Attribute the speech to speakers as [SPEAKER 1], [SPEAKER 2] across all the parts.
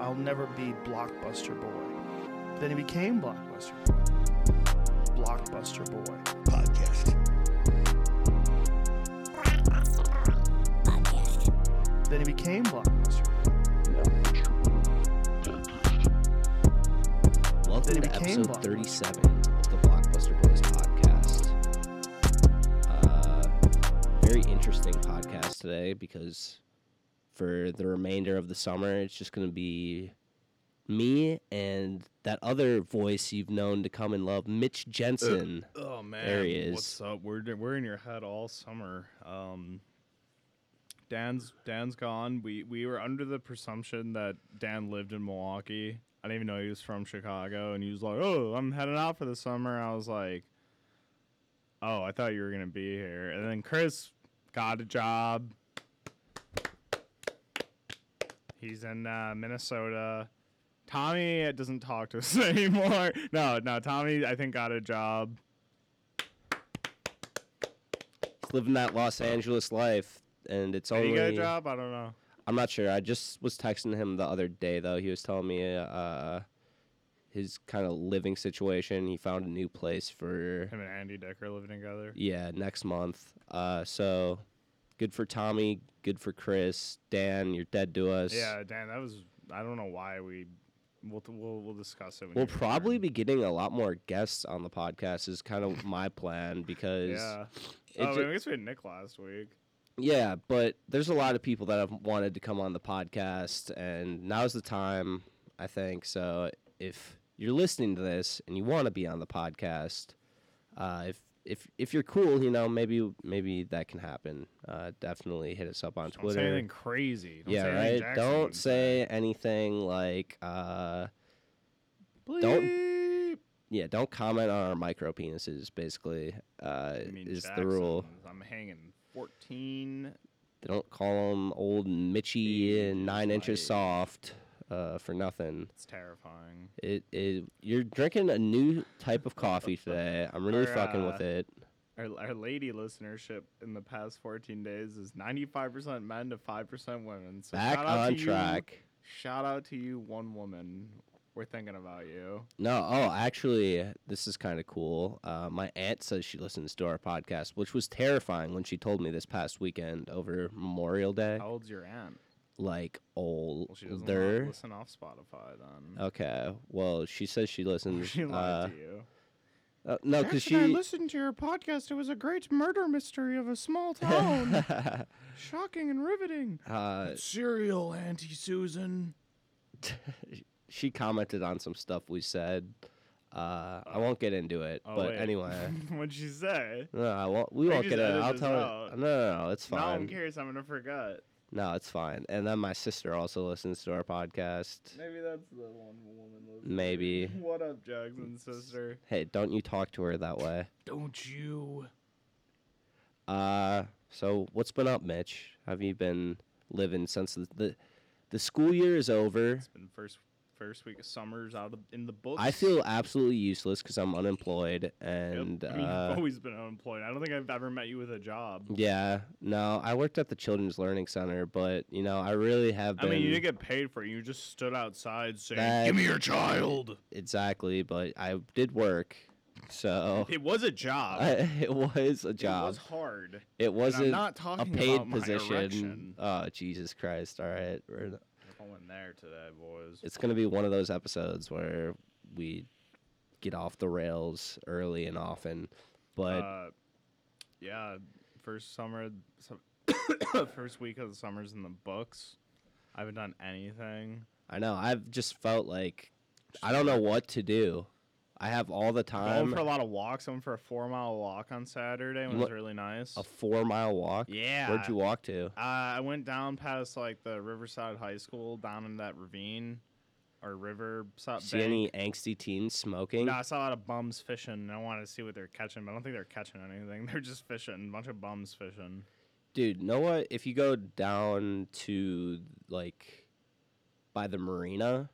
[SPEAKER 1] I'll never be Blockbuster Boy. Then he became Blockbuster Boy. Blockbuster Boy.
[SPEAKER 2] podcast.
[SPEAKER 1] Then he became Blockbuster Boy.
[SPEAKER 3] Welcome
[SPEAKER 1] Then it
[SPEAKER 3] to
[SPEAKER 1] became Blockbuster.
[SPEAKER 3] episode 37 of the Blockbuster Boys podcast. Uh, very interesting podcast today because for the remainder of the summer, it's just going to be me and that other voice you've known to come and love, Mitch Jensen.
[SPEAKER 4] Oh man,
[SPEAKER 3] he
[SPEAKER 4] What's
[SPEAKER 3] is.
[SPEAKER 4] up? We're d- we're in your head all summer. Um, Dan's Dan's gone. We we were under the presumption that Dan lived in Milwaukee. I didn't even know he was from Chicago, and he was like, "Oh, I'm heading out for the summer." I was like, "Oh, I thought you were gonna be here." And then Chris got a job. He's in uh, Minnesota. Tommy doesn't talk to us anymore. No, no, Tommy, I think got a job.
[SPEAKER 3] He's living that Los Angeles life, and it's
[SPEAKER 4] Did
[SPEAKER 3] only.
[SPEAKER 4] he get a job? I don't know.
[SPEAKER 3] I'm not sure. I just was texting him the other day though. He was telling me uh, his kind of living situation. He found a new place for
[SPEAKER 4] Him and Andy Dick are living together.
[SPEAKER 3] yeah next month. Uh, so good for Tommy. Good for Chris. Dan, you're dead to us.
[SPEAKER 4] Yeah, Dan, that was. I don't know why we. We'll we'll, we'll discuss it. When
[SPEAKER 3] We'll
[SPEAKER 4] you're
[SPEAKER 3] probably
[SPEAKER 4] here.
[SPEAKER 3] be getting a lot more guests on the podcast. Is kind of my plan because
[SPEAKER 4] Yeah.
[SPEAKER 3] it
[SPEAKER 4] Oh,
[SPEAKER 3] ju-
[SPEAKER 4] wait, I guess we had Nick last week.
[SPEAKER 3] Yeah, but there's a lot of people that have wanted to come on the podcast, and now's the time, I think. So if you're listening to this and you want to be on the podcast, uh, if if if you're cool, you know maybe maybe that can happen. Uh, definitely hit us up on
[SPEAKER 4] Don't
[SPEAKER 3] Twitter.
[SPEAKER 4] say anything crazy. Don't
[SPEAKER 3] yeah,
[SPEAKER 4] say
[SPEAKER 3] right.
[SPEAKER 4] anything Jackson
[SPEAKER 3] Don't
[SPEAKER 4] wouldn't
[SPEAKER 3] say anything like uh, don't- yeah. Don't comment on our micro penises. Basically, uh,
[SPEAKER 4] I mean,
[SPEAKER 3] is the
[SPEAKER 4] Jackson,
[SPEAKER 3] rule.
[SPEAKER 4] I'm hanging 14.
[SPEAKER 3] They don't call him old Mitchy
[SPEAKER 4] Jeez,
[SPEAKER 3] and nine inches
[SPEAKER 4] like-
[SPEAKER 3] soft uh, for nothing.
[SPEAKER 4] It's terrifying.
[SPEAKER 3] It, it you're drinking a new type of coffee today. I'm really
[SPEAKER 4] Or,
[SPEAKER 3] fucking
[SPEAKER 4] uh,
[SPEAKER 3] with it.
[SPEAKER 4] Our, our lady listenership in the past 14 days is 95% men to 5% women. So
[SPEAKER 3] Back
[SPEAKER 4] shout out
[SPEAKER 3] on
[SPEAKER 4] to you-
[SPEAKER 3] track.
[SPEAKER 4] shout out to you, one woman. We're thinking about you.
[SPEAKER 3] No, oh, actually, this is kind of cool. Uh, my aunt says she listens to our podcast, which was terrifying when she told me this past weekend over Memorial Day.
[SPEAKER 4] How old's your aunt?
[SPEAKER 3] Like
[SPEAKER 4] Well, she doesn't
[SPEAKER 3] older.
[SPEAKER 4] listen off Spotify then.
[SPEAKER 3] Okay, well, she says she listens.
[SPEAKER 4] she lied
[SPEAKER 3] uh,
[SPEAKER 4] to you.
[SPEAKER 3] uh, no, because
[SPEAKER 4] I
[SPEAKER 3] she.
[SPEAKER 4] listened to your podcast. It was a great murder mystery of a small town. Shocking and riveting.
[SPEAKER 3] uh,
[SPEAKER 4] Serial Auntie Susan.
[SPEAKER 3] she commented on some stuff we said. Uh, I won't get into it,
[SPEAKER 4] Oh,
[SPEAKER 3] but
[SPEAKER 4] wait.
[SPEAKER 3] anyway,
[SPEAKER 4] What'd she say?
[SPEAKER 3] no, I won't, we
[SPEAKER 4] We
[SPEAKER 3] won't
[SPEAKER 4] just
[SPEAKER 3] get into it.
[SPEAKER 4] edit
[SPEAKER 3] I'll
[SPEAKER 4] this
[SPEAKER 3] tell her.
[SPEAKER 4] out.
[SPEAKER 3] No, no, no, it's
[SPEAKER 4] Now I'm
[SPEAKER 3] fine.
[SPEAKER 4] curious. I'm gonna forget.
[SPEAKER 3] No, it's fine. And then my sister also listens to our podcast.
[SPEAKER 4] Maybe that's the one woman. Listening.
[SPEAKER 3] Maybe.
[SPEAKER 4] What up, Jackson sister?
[SPEAKER 3] Hey, don't you talk to her that way.
[SPEAKER 4] Don't you?
[SPEAKER 3] Uh, so what's been up, Mitch? Have you been living since the the, the school year is over?
[SPEAKER 4] It's been first first week of summers out of, in the books.
[SPEAKER 3] I feel absolutely useless because I'm unemployed
[SPEAKER 4] Yep.
[SPEAKER 3] and
[SPEAKER 4] I mean, oh.
[SPEAKER 3] uh,
[SPEAKER 4] you've always been unemployed. I don't think I've ever met you with a job.
[SPEAKER 3] Yeah, no, I worked at the Children's Learning Center, but you know, I really have
[SPEAKER 4] I
[SPEAKER 3] been
[SPEAKER 4] mean, you didn't get paid for it. You just stood outside saying,
[SPEAKER 3] That-
[SPEAKER 4] "Give me your child."
[SPEAKER 3] exactly, but I did work, so
[SPEAKER 4] It was a job.
[SPEAKER 3] I, it was a job.
[SPEAKER 4] It was hard.
[SPEAKER 3] It
[SPEAKER 4] and I'm
[SPEAKER 3] wasn't
[SPEAKER 4] not
[SPEAKER 3] a
[SPEAKER 4] talking about
[SPEAKER 3] paid
[SPEAKER 4] my
[SPEAKER 3] position.
[SPEAKER 4] erection.
[SPEAKER 3] Oh Jesus Christ! All right, we're,
[SPEAKER 4] Going there today, boys.
[SPEAKER 3] it's gonna be one of those episodes where we get off the rails early and often, but
[SPEAKER 4] uh, yeah, first summer, some- first week of the summers in the books. I haven't done anything.
[SPEAKER 3] I know I've just felt like I don't know what to do. I have all the
[SPEAKER 4] going
[SPEAKER 3] time.
[SPEAKER 4] for a lot of walks. I went for a four mile walk on Saturday. It
[SPEAKER 3] You
[SPEAKER 4] was
[SPEAKER 3] went-
[SPEAKER 4] really nice.
[SPEAKER 3] A four mile walk.
[SPEAKER 4] yeah.
[SPEAKER 3] Where'd you walk to?
[SPEAKER 4] Uh, I went down past like the Riverside High School, down in that ravine or river. so-
[SPEAKER 3] See
[SPEAKER 4] bank.
[SPEAKER 3] any angsty teens smoking?
[SPEAKER 4] No, I saw a lot of bums fishing, and I wanted to see what they're catching, but I don't think they're catching anything. They're just fishing, a bunch of bums fishing.
[SPEAKER 3] Dude, know what? If you go down to like by the marina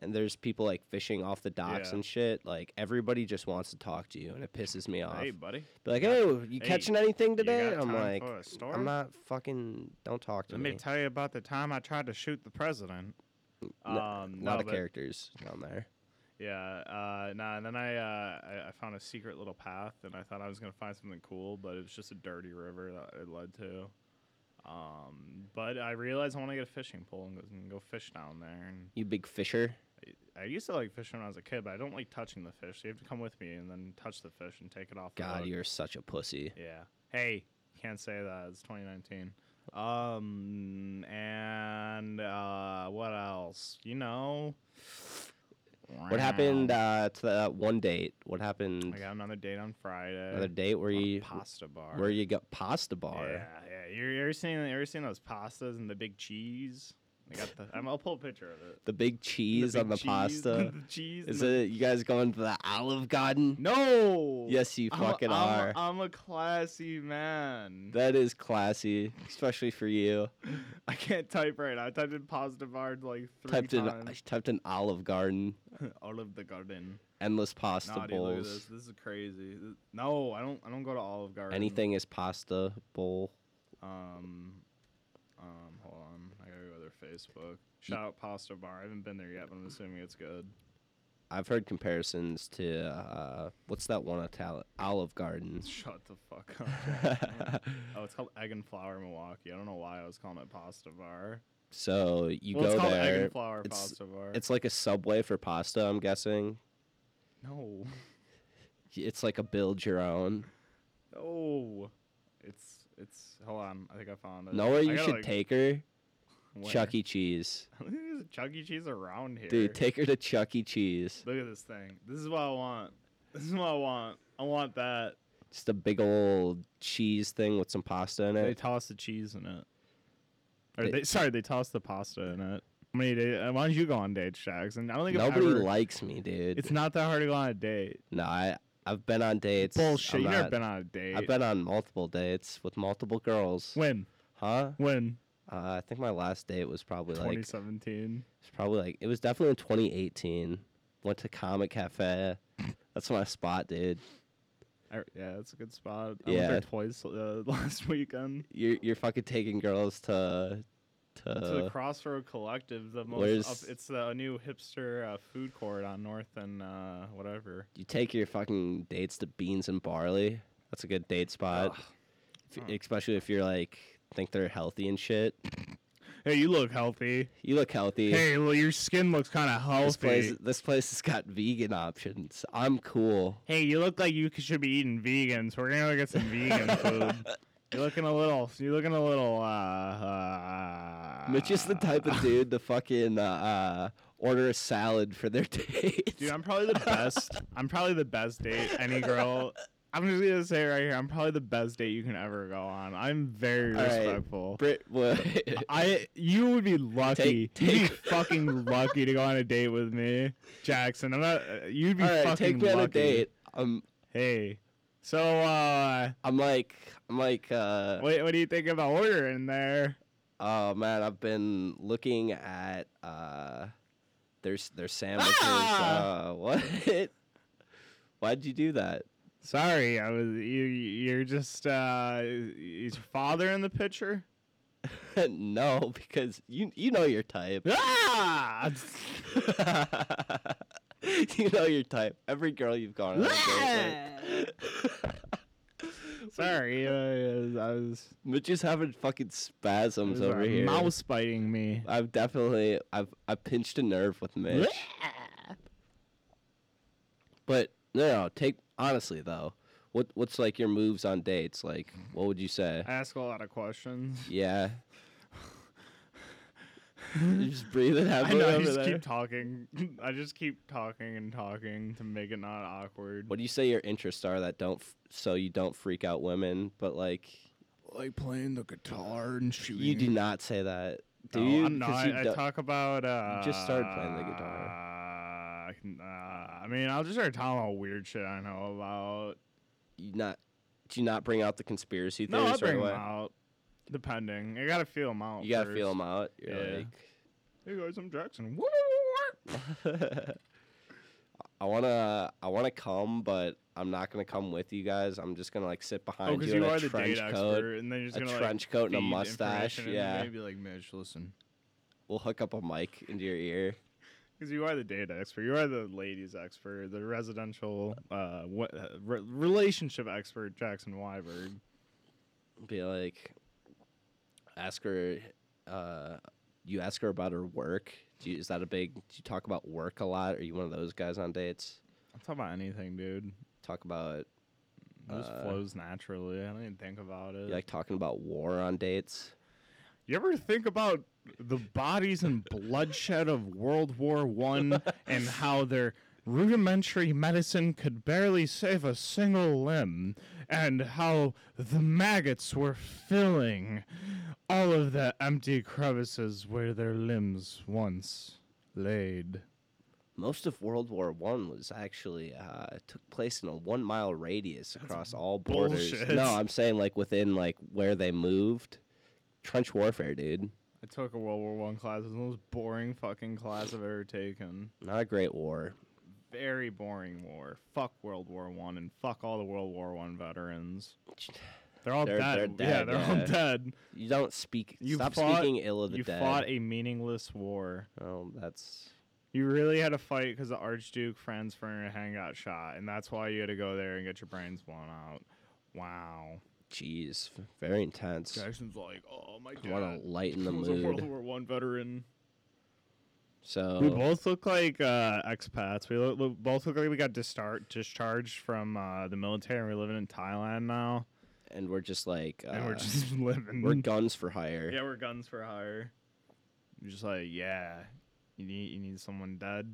[SPEAKER 3] and there's people like fishing off the docks
[SPEAKER 4] Yeah.
[SPEAKER 3] and shit, like everybody just wants to talk to you and it pisses me off.
[SPEAKER 4] Hey, buddy,
[SPEAKER 3] Be like, oh, you
[SPEAKER 4] Hey,
[SPEAKER 3] catching anything today?
[SPEAKER 4] got
[SPEAKER 3] I'm
[SPEAKER 4] time
[SPEAKER 3] like,
[SPEAKER 4] for a story?
[SPEAKER 3] I'm not fucking, don't talk to
[SPEAKER 4] let me
[SPEAKER 3] me.
[SPEAKER 4] tell you about the time I tried to shoot the president.
[SPEAKER 3] No,
[SPEAKER 4] Um,
[SPEAKER 3] a lot
[SPEAKER 4] no,
[SPEAKER 3] of
[SPEAKER 4] but-
[SPEAKER 3] characters down there.
[SPEAKER 4] Yeah. Uh, nah, and then I, uh, I I found a secret little path, and I thought I was gonna find something cool, but it was just a dirty river that it led to. Um, but I realized I want to get a fishing pole and go, and go fish down there. And
[SPEAKER 3] You big fisher.
[SPEAKER 4] I used to like fishing when I was a kid, but I don't like touching the fish. So you have to come with me and then touch the fish and take it off. the
[SPEAKER 3] God,
[SPEAKER 4] hook.
[SPEAKER 3] you're such a pussy.
[SPEAKER 4] Yeah. Hey, can't say that. It's 2019. Um, and uh, what else? You know.
[SPEAKER 3] What happened uh, to that one date? What happened?
[SPEAKER 4] I got another date on Friday.
[SPEAKER 3] Another date where
[SPEAKER 4] on a
[SPEAKER 3] you
[SPEAKER 4] pasta bar.
[SPEAKER 3] where you got pasta bar.
[SPEAKER 4] Yeah, yeah. You're, you ever seen you ever seen those pastas and the big cheese? I got the. I'm, I'll pull a picture of it.
[SPEAKER 3] The big cheese
[SPEAKER 4] the big
[SPEAKER 3] on the
[SPEAKER 4] cheese,
[SPEAKER 3] pasta.
[SPEAKER 4] the cheese.
[SPEAKER 3] Is
[SPEAKER 4] and the-
[SPEAKER 3] it you guys going to the Olive Garden?
[SPEAKER 4] No.
[SPEAKER 3] Yes, you
[SPEAKER 4] I'm a-
[SPEAKER 3] fucking
[SPEAKER 4] I'm a-
[SPEAKER 3] are.
[SPEAKER 4] I'm a classy man.
[SPEAKER 3] That is classy, especially for you.
[SPEAKER 4] I can't type right now. I typed in positive hard like three
[SPEAKER 3] typed in I
[SPEAKER 4] times.
[SPEAKER 3] typed in Olive Garden,
[SPEAKER 4] Olive the Garden.
[SPEAKER 3] endless pasta
[SPEAKER 4] Naughty, look at this.
[SPEAKER 3] bowls.
[SPEAKER 4] This is crazy. Th- No, I don't. I don't go to Olive Garden.
[SPEAKER 3] Anything is pasta bowl.
[SPEAKER 4] Um, um, hold on. I gotta go to their Facebook. Shout out Pasta Bar. I haven't been there yet, but I'm assuming it's good.
[SPEAKER 3] I've heard comparisons to uh, what's that one Italian Olive Garden?
[SPEAKER 4] Shut the fuck up. Jack. oh, it's called Egg and Flour Milwaukee. I don't know why I was calling it Pasta Bar.
[SPEAKER 3] So you
[SPEAKER 4] well, it's
[SPEAKER 3] go
[SPEAKER 4] called Egg
[SPEAKER 3] there.
[SPEAKER 4] and Flour
[SPEAKER 3] it's-
[SPEAKER 4] Pasta Bar.
[SPEAKER 3] It's like a subway for pasta, I'm guessing.
[SPEAKER 4] no,
[SPEAKER 3] It's like a build your own.
[SPEAKER 4] no. It's it's. Hold on. I think I found it.
[SPEAKER 3] Nowhere
[SPEAKER 4] Uh, I
[SPEAKER 3] you
[SPEAKER 4] gotta,
[SPEAKER 3] should
[SPEAKER 4] like,
[SPEAKER 3] take her,
[SPEAKER 4] where?
[SPEAKER 3] Chuck E. Cheese.
[SPEAKER 4] I don't think there's a Chuck E. Cheese around here.
[SPEAKER 3] Dude, take her to Chuck E. Cheese.
[SPEAKER 4] Look at this thing. This is what I want. This is what I want. I want that.
[SPEAKER 3] Just a big old cheese thing with some pasta in
[SPEAKER 4] They
[SPEAKER 3] it.
[SPEAKER 4] toss the cheese in it. Or
[SPEAKER 3] They-
[SPEAKER 4] they, sorry, they toss the pasta in it. How many days? uh, Why don't you go on dates, Shax? And I don't think I've
[SPEAKER 3] Nobody
[SPEAKER 4] ever-
[SPEAKER 3] likes me, dude.
[SPEAKER 4] It's not that hard to go on a date.
[SPEAKER 3] no, I I've been on dates.
[SPEAKER 4] Bullshit.
[SPEAKER 3] I'm
[SPEAKER 4] You've never
[SPEAKER 3] not-
[SPEAKER 4] been on a date.
[SPEAKER 3] I've been on multiple dates with multiple girls.
[SPEAKER 4] When?
[SPEAKER 3] Huh?
[SPEAKER 4] When?
[SPEAKER 3] Uh, I think my last date was probably like it's
[SPEAKER 4] 2017.
[SPEAKER 3] probably like it was definitely in 2018. Went to Comic Cafe. That's my spot, dude.
[SPEAKER 4] I- yeah, that's a good spot. I went
[SPEAKER 3] Yeah.
[SPEAKER 4] there twice uh, last weekend.
[SPEAKER 3] You're you're fucking taking girls to to,
[SPEAKER 4] to the Crossroad Collective, the most.
[SPEAKER 3] Uh, where's-
[SPEAKER 4] Up, it's the new hipster uh, food court on North and uh, whatever.
[SPEAKER 3] you take your fucking dates to Beans and Barley. That's a good date spot,
[SPEAKER 4] Ugh.
[SPEAKER 3] If- especially if you're like think they're healthy and shit.
[SPEAKER 4] Hey, you look healthy.
[SPEAKER 3] You look healthy.
[SPEAKER 4] Hey, well, your skin looks kind of
[SPEAKER 3] this place
[SPEAKER 4] healthy.
[SPEAKER 3] this place has got vegan options. I'm cool.
[SPEAKER 4] Hey, you look like you c- should be eating vegan, so we're gonna go get some vegan food. You're looking a little. You're looking a little. Uh, uh,
[SPEAKER 3] Mitch is the type of dude to fucking uh, uh, order a salad for their date.
[SPEAKER 4] Dude, I'm probably the best. I'm probably the best date any girl. I'm just gonna say right here, I'm probably the best date you can ever go on. I'm very
[SPEAKER 3] All right.
[SPEAKER 4] respectful.
[SPEAKER 3] Brit, what?
[SPEAKER 4] I you would be lucky. You'd
[SPEAKER 3] take-
[SPEAKER 4] be fucking lucky to go on a date with me, Jackson. I'm not. uh, You'd be
[SPEAKER 3] All right,
[SPEAKER 4] fucking
[SPEAKER 3] take me
[SPEAKER 4] lucky.
[SPEAKER 3] on a date. I'm,
[SPEAKER 4] Hey, so uh,
[SPEAKER 3] I'm like, I'm like, uh,
[SPEAKER 4] what, what do you think about ordering there?
[SPEAKER 3] oh man, I've been looking at uh, their their sandwiches.
[SPEAKER 4] Ah!
[SPEAKER 3] Uh, what? Why'd you do that?
[SPEAKER 4] Sorry, I was you. You're just uh, is your father in the picture?
[SPEAKER 3] no, because you you know your type.
[SPEAKER 4] Ah!
[SPEAKER 3] you know your type. Every girl you've gone on a date with.
[SPEAKER 4] Sorry, uh, I was,
[SPEAKER 3] Mitch is having fucking
[SPEAKER 4] I was
[SPEAKER 3] spasms over
[SPEAKER 4] a
[SPEAKER 3] here.
[SPEAKER 4] mouse biting me.
[SPEAKER 3] I've definitely I've I pinched a nerve with Mitch. but no, no, take honestly though. What what's like your moves on dates? Like what would you say?
[SPEAKER 4] I ask a lot of questions.
[SPEAKER 3] Yeah. you just breathe it
[SPEAKER 4] I
[SPEAKER 3] heavily
[SPEAKER 4] know. I
[SPEAKER 3] over
[SPEAKER 4] just
[SPEAKER 3] there.
[SPEAKER 4] keep talking. I just keep talking and talking to make it not awkward.
[SPEAKER 3] What do you say your interests are that don't f- so you don't freak out women, but like
[SPEAKER 4] Like playing the guitar and shooting.
[SPEAKER 3] you do not say that. Do
[SPEAKER 4] No,
[SPEAKER 3] you?
[SPEAKER 4] I'm not.
[SPEAKER 3] 'Cause you
[SPEAKER 4] I, I
[SPEAKER 3] don't-
[SPEAKER 4] talk about. Uh,
[SPEAKER 3] just started playing the guitar.
[SPEAKER 4] Uh, I can- uh, I mean, I'll just start talking about weird shit I know about.
[SPEAKER 3] you not do you not bring out the conspiracy
[SPEAKER 4] No,
[SPEAKER 3] theories
[SPEAKER 4] I'll
[SPEAKER 3] right
[SPEAKER 4] bring
[SPEAKER 3] away?
[SPEAKER 4] them out. Depending, I gotta feel them out.
[SPEAKER 3] You gotta
[SPEAKER 4] first.
[SPEAKER 3] feel them out. You're
[SPEAKER 4] Yeah.
[SPEAKER 3] like
[SPEAKER 4] Hey guys, I'm Jackson.
[SPEAKER 3] I wanna I wanna come, but I'm not gonna come with you guys. I'm just gonna like sit
[SPEAKER 4] Oh,
[SPEAKER 3] behind
[SPEAKER 4] because
[SPEAKER 3] you in
[SPEAKER 4] you
[SPEAKER 3] a
[SPEAKER 4] are the
[SPEAKER 3] trench
[SPEAKER 4] date
[SPEAKER 3] coat,
[SPEAKER 4] expert, and then you're just
[SPEAKER 3] a
[SPEAKER 4] gonna
[SPEAKER 3] trench coat
[SPEAKER 4] like
[SPEAKER 3] and a
[SPEAKER 4] feed
[SPEAKER 3] mustache.
[SPEAKER 4] information, and then
[SPEAKER 3] Yeah,
[SPEAKER 4] maybe like Mitch, listen.
[SPEAKER 3] We'll hook up a mic into your ear.
[SPEAKER 4] Because you are the data expert, you are the ladies expert, the residential uh, what, uh, re- relationship expert, Jackson Wyberg.
[SPEAKER 3] Be like, ask her. Uh, you ask her about her work. Do you, is that a big? Do you talk about work a lot? Are you one of those guys on dates?
[SPEAKER 4] I'll talk about anything, dude.
[SPEAKER 3] Talk about
[SPEAKER 4] It just
[SPEAKER 3] Uh,
[SPEAKER 4] flows naturally. I don't even think about it.
[SPEAKER 3] you like talking about war on dates.
[SPEAKER 4] You ever think about the bodies and bloodshed of World War One and how their rudimentary medicine could barely save a single limb, and how the maggots were filling all of the empty crevices where their limbs once laid?
[SPEAKER 3] Most of World War One was actually uh, took place in a one mile radius across all borders.
[SPEAKER 4] bullshit.
[SPEAKER 3] No, I'm saying like within like where they moved. Trench warfare, dude.
[SPEAKER 4] I took a World War One class. It was the most boring fucking class I've ever taken.
[SPEAKER 3] Not a great war.
[SPEAKER 4] Very boring war. Fuck World War One and fuck all the World War One veterans. They're all
[SPEAKER 3] They're- they're
[SPEAKER 4] dead. Yeah,
[SPEAKER 3] dead,
[SPEAKER 4] they're
[SPEAKER 3] yeah.
[SPEAKER 4] all dead.
[SPEAKER 3] You don't speak.
[SPEAKER 4] You
[SPEAKER 3] stop
[SPEAKER 4] fought-
[SPEAKER 3] speaking ill of the
[SPEAKER 4] you
[SPEAKER 3] dead.
[SPEAKER 4] fought a meaningless war.
[SPEAKER 3] oh, that's
[SPEAKER 4] You really had to fight because the Archduke Franz Ferdinand got shot, and that's why you had to go there and get your brains blown out. Wow.
[SPEAKER 3] jeez, f- very intense.
[SPEAKER 4] Jackson's like, oh my
[SPEAKER 3] I want
[SPEAKER 4] god.
[SPEAKER 3] to lighten the
[SPEAKER 4] was a World
[SPEAKER 3] mood. Oh.
[SPEAKER 4] War One veteran. We
[SPEAKER 3] So
[SPEAKER 4] both look like uh, expats. We look, look- both look like we got distar- discharged from uh, the military, and we're living in Thailand now,
[SPEAKER 3] and we're just like uh,
[SPEAKER 4] and
[SPEAKER 3] we're,
[SPEAKER 4] we're just living.
[SPEAKER 3] guns for hire.
[SPEAKER 4] yeah, we're guns for hire. You're just like, yeah, you need you need someone dead.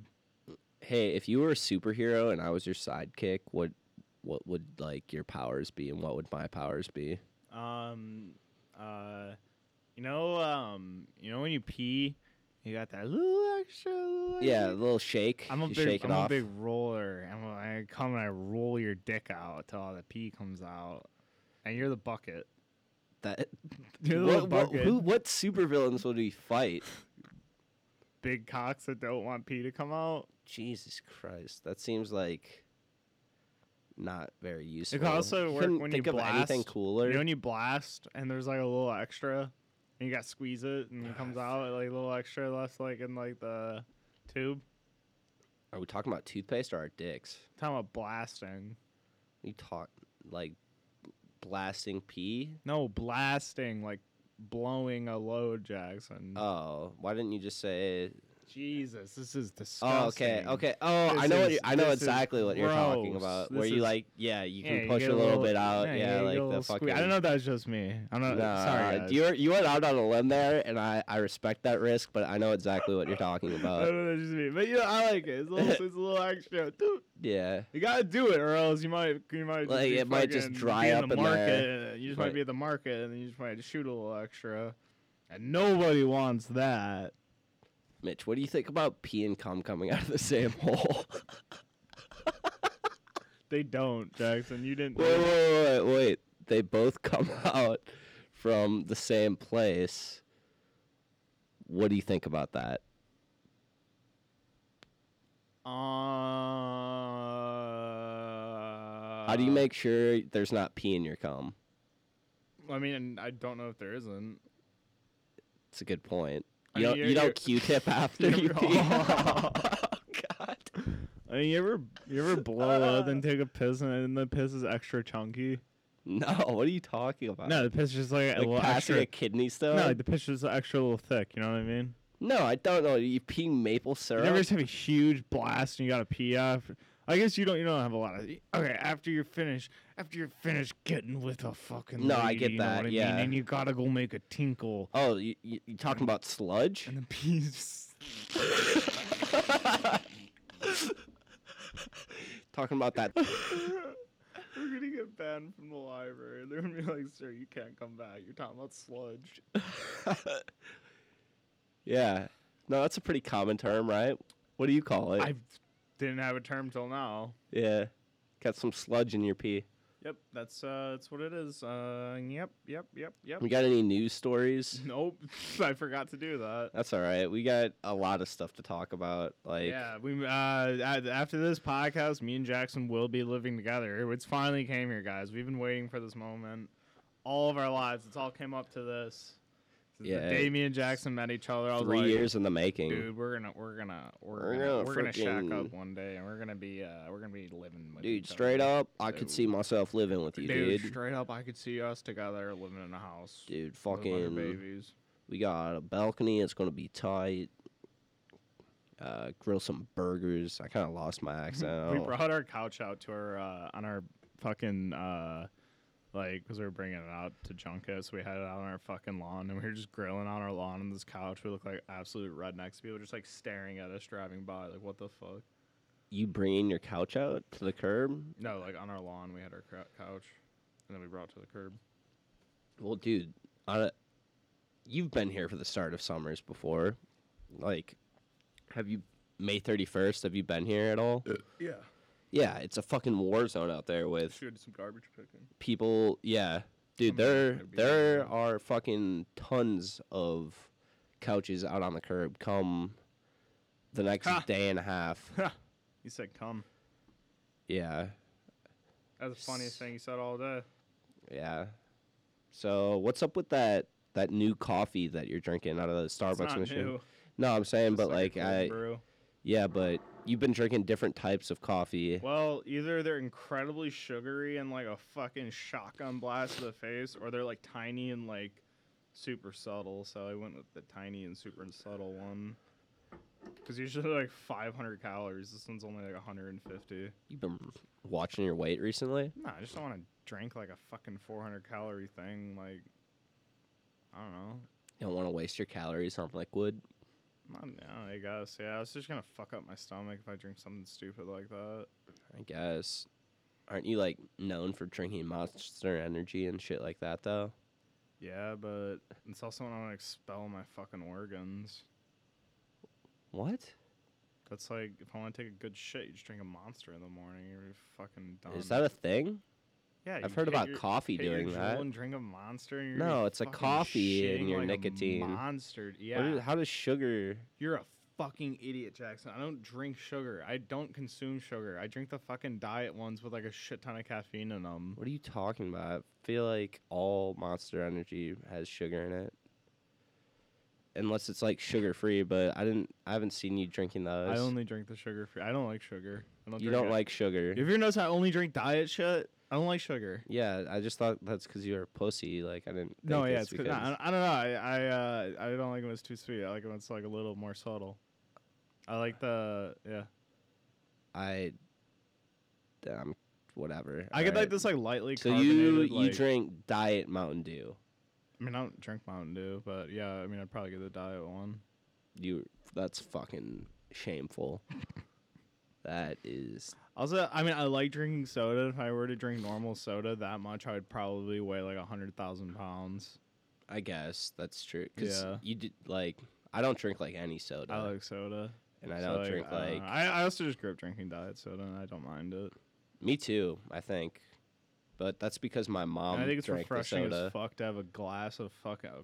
[SPEAKER 3] Hey, if you were a superhero and I was your sidekick, what what would like your powers be and what would my powers be?
[SPEAKER 4] Um, uh, you know, um, you know when you pee, you got that little extra. Little
[SPEAKER 3] Yeah, a
[SPEAKER 4] extra-
[SPEAKER 3] little shake.
[SPEAKER 4] I'm a
[SPEAKER 3] you
[SPEAKER 4] big,
[SPEAKER 3] shake it
[SPEAKER 4] I'm
[SPEAKER 3] off.
[SPEAKER 4] a big roller, and when I come and I roll your dick out till all the pee comes out, and you're the bucket.
[SPEAKER 3] That,
[SPEAKER 4] You're the
[SPEAKER 3] what,
[SPEAKER 4] little
[SPEAKER 3] what,
[SPEAKER 4] bucket.
[SPEAKER 3] who, what supervillains would we fight?
[SPEAKER 4] Big cocks that don't want pee to come out.
[SPEAKER 3] Jesus Christ, that seems like not very useful.
[SPEAKER 4] It could also
[SPEAKER 3] You
[SPEAKER 4] work
[SPEAKER 3] couldn't
[SPEAKER 4] when
[SPEAKER 3] think
[SPEAKER 4] you
[SPEAKER 3] of
[SPEAKER 4] blast.
[SPEAKER 3] anything cooler.
[SPEAKER 4] You know when you blast, and there's like a little extra, and you got to squeeze it, and it comes out like a little extra left, like in like the tube.
[SPEAKER 3] Are we talking about toothpaste or our dicks?
[SPEAKER 4] Talking about blasting.
[SPEAKER 3] We talk like blasting pee.
[SPEAKER 4] No, blasting, like blowing a load, Jackson.
[SPEAKER 3] Oh, why didn't you just say?
[SPEAKER 4] Jesus, this is disgusting.
[SPEAKER 3] Oh, okay, okay. Oh, I
[SPEAKER 4] This
[SPEAKER 3] know what
[SPEAKER 4] is-
[SPEAKER 3] you, I know
[SPEAKER 4] this is
[SPEAKER 3] exactly what you're talking
[SPEAKER 4] gross.
[SPEAKER 3] about.
[SPEAKER 4] This
[SPEAKER 3] where you
[SPEAKER 4] is-
[SPEAKER 3] like, yeah, you
[SPEAKER 4] Yeah,
[SPEAKER 3] can
[SPEAKER 4] you
[SPEAKER 3] push
[SPEAKER 4] get
[SPEAKER 3] a little, bit out. Yeah,
[SPEAKER 4] you get a
[SPEAKER 3] like
[SPEAKER 4] little
[SPEAKER 3] the
[SPEAKER 4] squeak.
[SPEAKER 3] fucking.
[SPEAKER 4] I don't know if that was just me. I'm not
[SPEAKER 3] Nah,
[SPEAKER 4] sorry. guys.
[SPEAKER 3] you you went out on a limb there, and I, I respect that risk, but I know exactly what you're talking
[SPEAKER 4] I don't
[SPEAKER 3] about.
[SPEAKER 4] know if that's just me, but you know, I like it. It's a little, it's a little extra. Dude,
[SPEAKER 3] Yeah,
[SPEAKER 4] you gotta do it, or else you might, you might, just
[SPEAKER 3] Like,
[SPEAKER 4] be
[SPEAKER 3] it might just
[SPEAKER 4] fucking
[SPEAKER 3] dry
[SPEAKER 4] be in
[SPEAKER 3] up
[SPEAKER 4] the
[SPEAKER 3] in
[SPEAKER 4] market.
[SPEAKER 3] there.
[SPEAKER 4] You just
[SPEAKER 3] Right.
[SPEAKER 4] might be at the market, and then you just might shoot a little extra, and nobody wants that.
[SPEAKER 3] Mitch, what do you think about pee and cum coming out of the same hole?
[SPEAKER 4] They don't, Jackson. You didn't.
[SPEAKER 3] wait, wait, wait, wait, wait. They both come out from the same place. What do you think about that?
[SPEAKER 4] Uh,
[SPEAKER 3] How do you make sure there's not pee in your cum?
[SPEAKER 4] Uh, I mean, I don't know if there isn't.
[SPEAKER 3] It's a good point.
[SPEAKER 4] I
[SPEAKER 3] You
[SPEAKER 4] mean,
[SPEAKER 3] don't,
[SPEAKER 4] you're-
[SPEAKER 3] you
[SPEAKER 4] you're-
[SPEAKER 3] don't Q-tip after you
[SPEAKER 4] You're-
[SPEAKER 3] pee. oh, God.
[SPEAKER 4] I mean, you ever you ever
[SPEAKER 3] Uh.
[SPEAKER 4] blow up and take a piss and then the piss is extra chunky?
[SPEAKER 3] No, what are you talking about?
[SPEAKER 4] No, the piss is just like, a
[SPEAKER 3] Uh, like
[SPEAKER 4] little
[SPEAKER 3] passing
[SPEAKER 4] extra.
[SPEAKER 3] a kidney stone?
[SPEAKER 4] no, like the piss is extra little thick. You know what I mean?
[SPEAKER 3] no, I don't know. You peeing maple
[SPEAKER 4] You
[SPEAKER 3] syrup?
[SPEAKER 4] ever just have a huge blast and you gotta pee off. I guess you don't. You don't have a lot of. Okay, after you're finished, after you're finished getting with a fucking.
[SPEAKER 3] No, I
[SPEAKER 4] lady,
[SPEAKER 3] get
[SPEAKER 4] you know
[SPEAKER 3] that,
[SPEAKER 4] what I mean?
[SPEAKER 3] yeah.
[SPEAKER 4] And you gotta go make a tinkle.
[SPEAKER 3] oh, you, you, you talking about sludge?
[SPEAKER 4] And the pee's
[SPEAKER 3] talking about that
[SPEAKER 4] We're gonna get banned from the library. They're gonna be like, "Sir, you can't come back. You're talking about sludge."
[SPEAKER 3] Yeah. No, that's a pretty common term, right? What do you call it?
[SPEAKER 4] I didn't have a term till now.
[SPEAKER 3] Yeah. Got some sludge in your pee.
[SPEAKER 4] Yep, that's uh, that's what it is. Uh, yep, yep, yep, yep.
[SPEAKER 3] We got any news stories?
[SPEAKER 4] Nope, I forgot to do that.
[SPEAKER 3] That's all right. We got a lot of stuff to talk about. Like,
[SPEAKER 4] Yeah, we uh, a- after this podcast, me and Jackson will be living together. It's finally came here, guys. We've been waiting for this moment all of our lives. It's all came up to this.
[SPEAKER 3] Yeah.
[SPEAKER 4] The day me and Jackson met each other, I was
[SPEAKER 3] Three
[SPEAKER 4] like,
[SPEAKER 3] years in the making.
[SPEAKER 4] dude, we're gonna we're gonna we're,
[SPEAKER 3] We're
[SPEAKER 4] gonna,
[SPEAKER 3] gonna
[SPEAKER 4] we're gonna shack
[SPEAKER 3] frickin-
[SPEAKER 4] up one day, and we're gonna be uh we're gonna be living with
[SPEAKER 3] Dude,
[SPEAKER 4] each
[SPEAKER 3] straight
[SPEAKER 4] other.
[SPEAKER 3] up, I could
[SPEAKER 4] Dude.
[SPEAKER 3] see myself living with you,
[SPEAKER 4] Dude,
[SPEAKER 3] dude.
[SPEAKER 4] straight up, I could see us together living in a house.
[SPEAKER 3] Dude,
[SPEAKER 4] with a bunch of
[SPEAKER 3] fucking,
[SPEAKER 4] babies.
[SPEAKER 3] we got a balcony. It's gonna be tight. Uh, grill some burgers. I kind of lost my accent.
[SPEAKER 4] We
[SPEAKER 3] Oh,
[SPEAKER 4] brought our couch out to our uh, on our fucking uh like because we were bringing it out to Junko, so we had it out on our fucking lawn, and we were just grilling on our lawn on this couch. We look like absolute rednecks. People just like staring at us driving by, like what the fuck?
[SPEAKER 3] you bringing your couch out to the curb?
[SPEAKER 4] No, like on our lawn, we had our cra- couch, and then we brought it to the curb.
[SPEAKER 3] Well, dude, I, you've been here for the start of summers before. Like, have you May thirty first? Have you been here at all?
[SPEAKER 4] Yeah,
[SPEAKER 3] Yeah, it's a fucking war zone out there with
[SPEAKER 4] should some garbage picking.
[SPEAKER 3] people. Yeah, dude,
[SPEAKER 4] mean,
[SPEAKER 3] there
[SPEAKER 4] it'd be
[SPEAKER 3] there
[SPEAKER 4] amazing.
[SPEAKER 3] are fucking tons of couches out on the curb. Come the next
[SPEAKER 4] Ha.
[SPEAKER 3] day and a half.
[SPEAKER 4] He said, "Come."
[SPEAKER 3] Yeah,
[SPEAKER 4] That's the funniest thing he said all day.
[SPEAKER 3] yeah. So what's up with that that new coffee that you're drinking out of the Starbucks
[SPEAKER 4] It's not
[SPEAKER 3] machine?
[SPEAKER 4] new.
[SPEAKER 3] No, I'm saying,
[SPEAKER 4] It's
[SPEAKER 3] but
[SPEAKER 4] a
[SPEAKER 3] like
[SPEAKER 4] cold
[SPEAKER 3] I.
[SPEAKER 4] brew.
[SPEAKER 3] Yeah, but you've been drinking different types of coffee.
[SPEAKER 4] Well, either they're incredibly sugary and like a fucking shotgun blast to the face, or they're like tiny and like super subtle. So I went with the tiny and super subtle one. Because usually they're, like 500 calories. This one's only like 150.
[SPEAKER 3] You've been watching your weight recently.
[SPEAKER 4] Nah, I just don't want to drink like a fucking 400 calorie thing. Like, I don't know.
[SPEAKER 3] You don't want to waste your calories on liquid.
[SPEAKER 4] Not now, I guess. Yeah, it's just gonna fuck up my stomach if I drink something stupid like that.
[SPEAKER 3] I guess. Aren't you like known for drinking Monster Energy and shit like that though?
[SPEAKER 4] Yeah, but it's also when I want to expel my fucking organs.
[SPEAKER 3] What?
[SPEAKER 4] That's like if I want to take a good shit, you just drink a monster in the morning. You're fucking done.
[SPEAKER 3] Is that a thing?
[SPEAKER 4] Yeah,
[SPEAKER 3] I've
[SPEAKER 4] you
[SPEAKER 3] heard
[SPEAKER 4] hit
[SPEAKER 3] about
[SPEAKER 4] your-
[SPEAKER 3] coffee
[SPEAKER 4] hit your
[SPEAKER 3] doing
[SPEAKER 4] drool
[SPEAKER 3] that.
[SPEAKER 4] And drink a monster. And you're
[SPEAKER 3] No,
[SPEAKER 4] gonna be
[SPEAKER 3] it's a
[SPEAKER 4] fucking
[SPEAKER 3] coffee and
[SPEAKER 4] shitting
[SPEAKER 3] your
[SPEAKER 4] like a
[SPEAKER 3] nicotine.
[SPEAKER 4] monster. Yeah,
[SPEAKER 3] What is, how does sugar?
[SPEAKER 4] you're a fucking idiot, Jackson. I don't drink sugar. I don't consume sugar. I drink the fucking diet ones with like a shit ton of caffeine in them.
[SPEAKER 3] What are you talking about? I feel like all Monster Energy has sugar in it, unless it's like sugar free. But I didn't. I haven't seen you drinking those.
[SPEAKER 4] I only drink the sugar free. I don't like sugar. I don't
[SPEAKER 3] you
[SPEAKER 4] drink
[SPEAKER 3] don't
[SPEAKER 4] it.
[SPEAKER 3] like sugar.
[SPEAKER 4] If you ever notice, I only drink diet shit. I don't like sugar.
[SPEAKER 3] Yeah, I just thought that's because you were a pussy. Like I didn't. Think
[SPEAKER 4] No, yeah, it's
[SPEAKER 3] it's
[SPEAKER 4] good. I, I don't know. I I, uh, I don't like it when it's too sweet. I like it when it's like a little more subtle. I like the yeah.
[SPEAKER 3] I. Um, whatever.
[SPEAKER 4] I get like
[SPEAKER 3] alright.
[SPEAKER 4] this like lightly.
[SPEAKER 3] So you
[SPEAKER 4] carbonated,
[SPEAKER 3] you
[SPEAKER 4] like-
[SPEAKER 3] drink diet Mountain Dew.
[SPEAKER 4] I mean, I don't drink Mountain Dew, but yeah, I mean, I'd probably get the diet one.
[SPEAKER 3] You that's fucking shameful. that is
[SPEAKER 4] Also, I mean, I like drinking soda. If I were to drink normal soda that much, I would probably weigh like a hundred thousand pounds.
[SPEAKER 3] I guess that's true. Cause
[SPEAKER 4] Yeah.
[SPEAKER 3] you did like I don't drink like any soda,
[SPEAKER 4] I like soda,
[SPEAKER 3] and I
[SPEAKER 4] So,
[SPEAKER 3] don't drink
[SPEAKER 4] I
[SPEAKER 3] like
[SPEAKER 4] don't know. I, I also just grew up drinking diet soda, and I don't mind it.
[SPEAKER 3] me too. I think, but that's because my mom.
[SPEAKER 4] And I think it's
[SPEAKER 3] drank the
[SPEAKER 4] refreshing
[SPEAKER 3] soda.
[SPEAKER 4] as fuck to have a glass of fuck a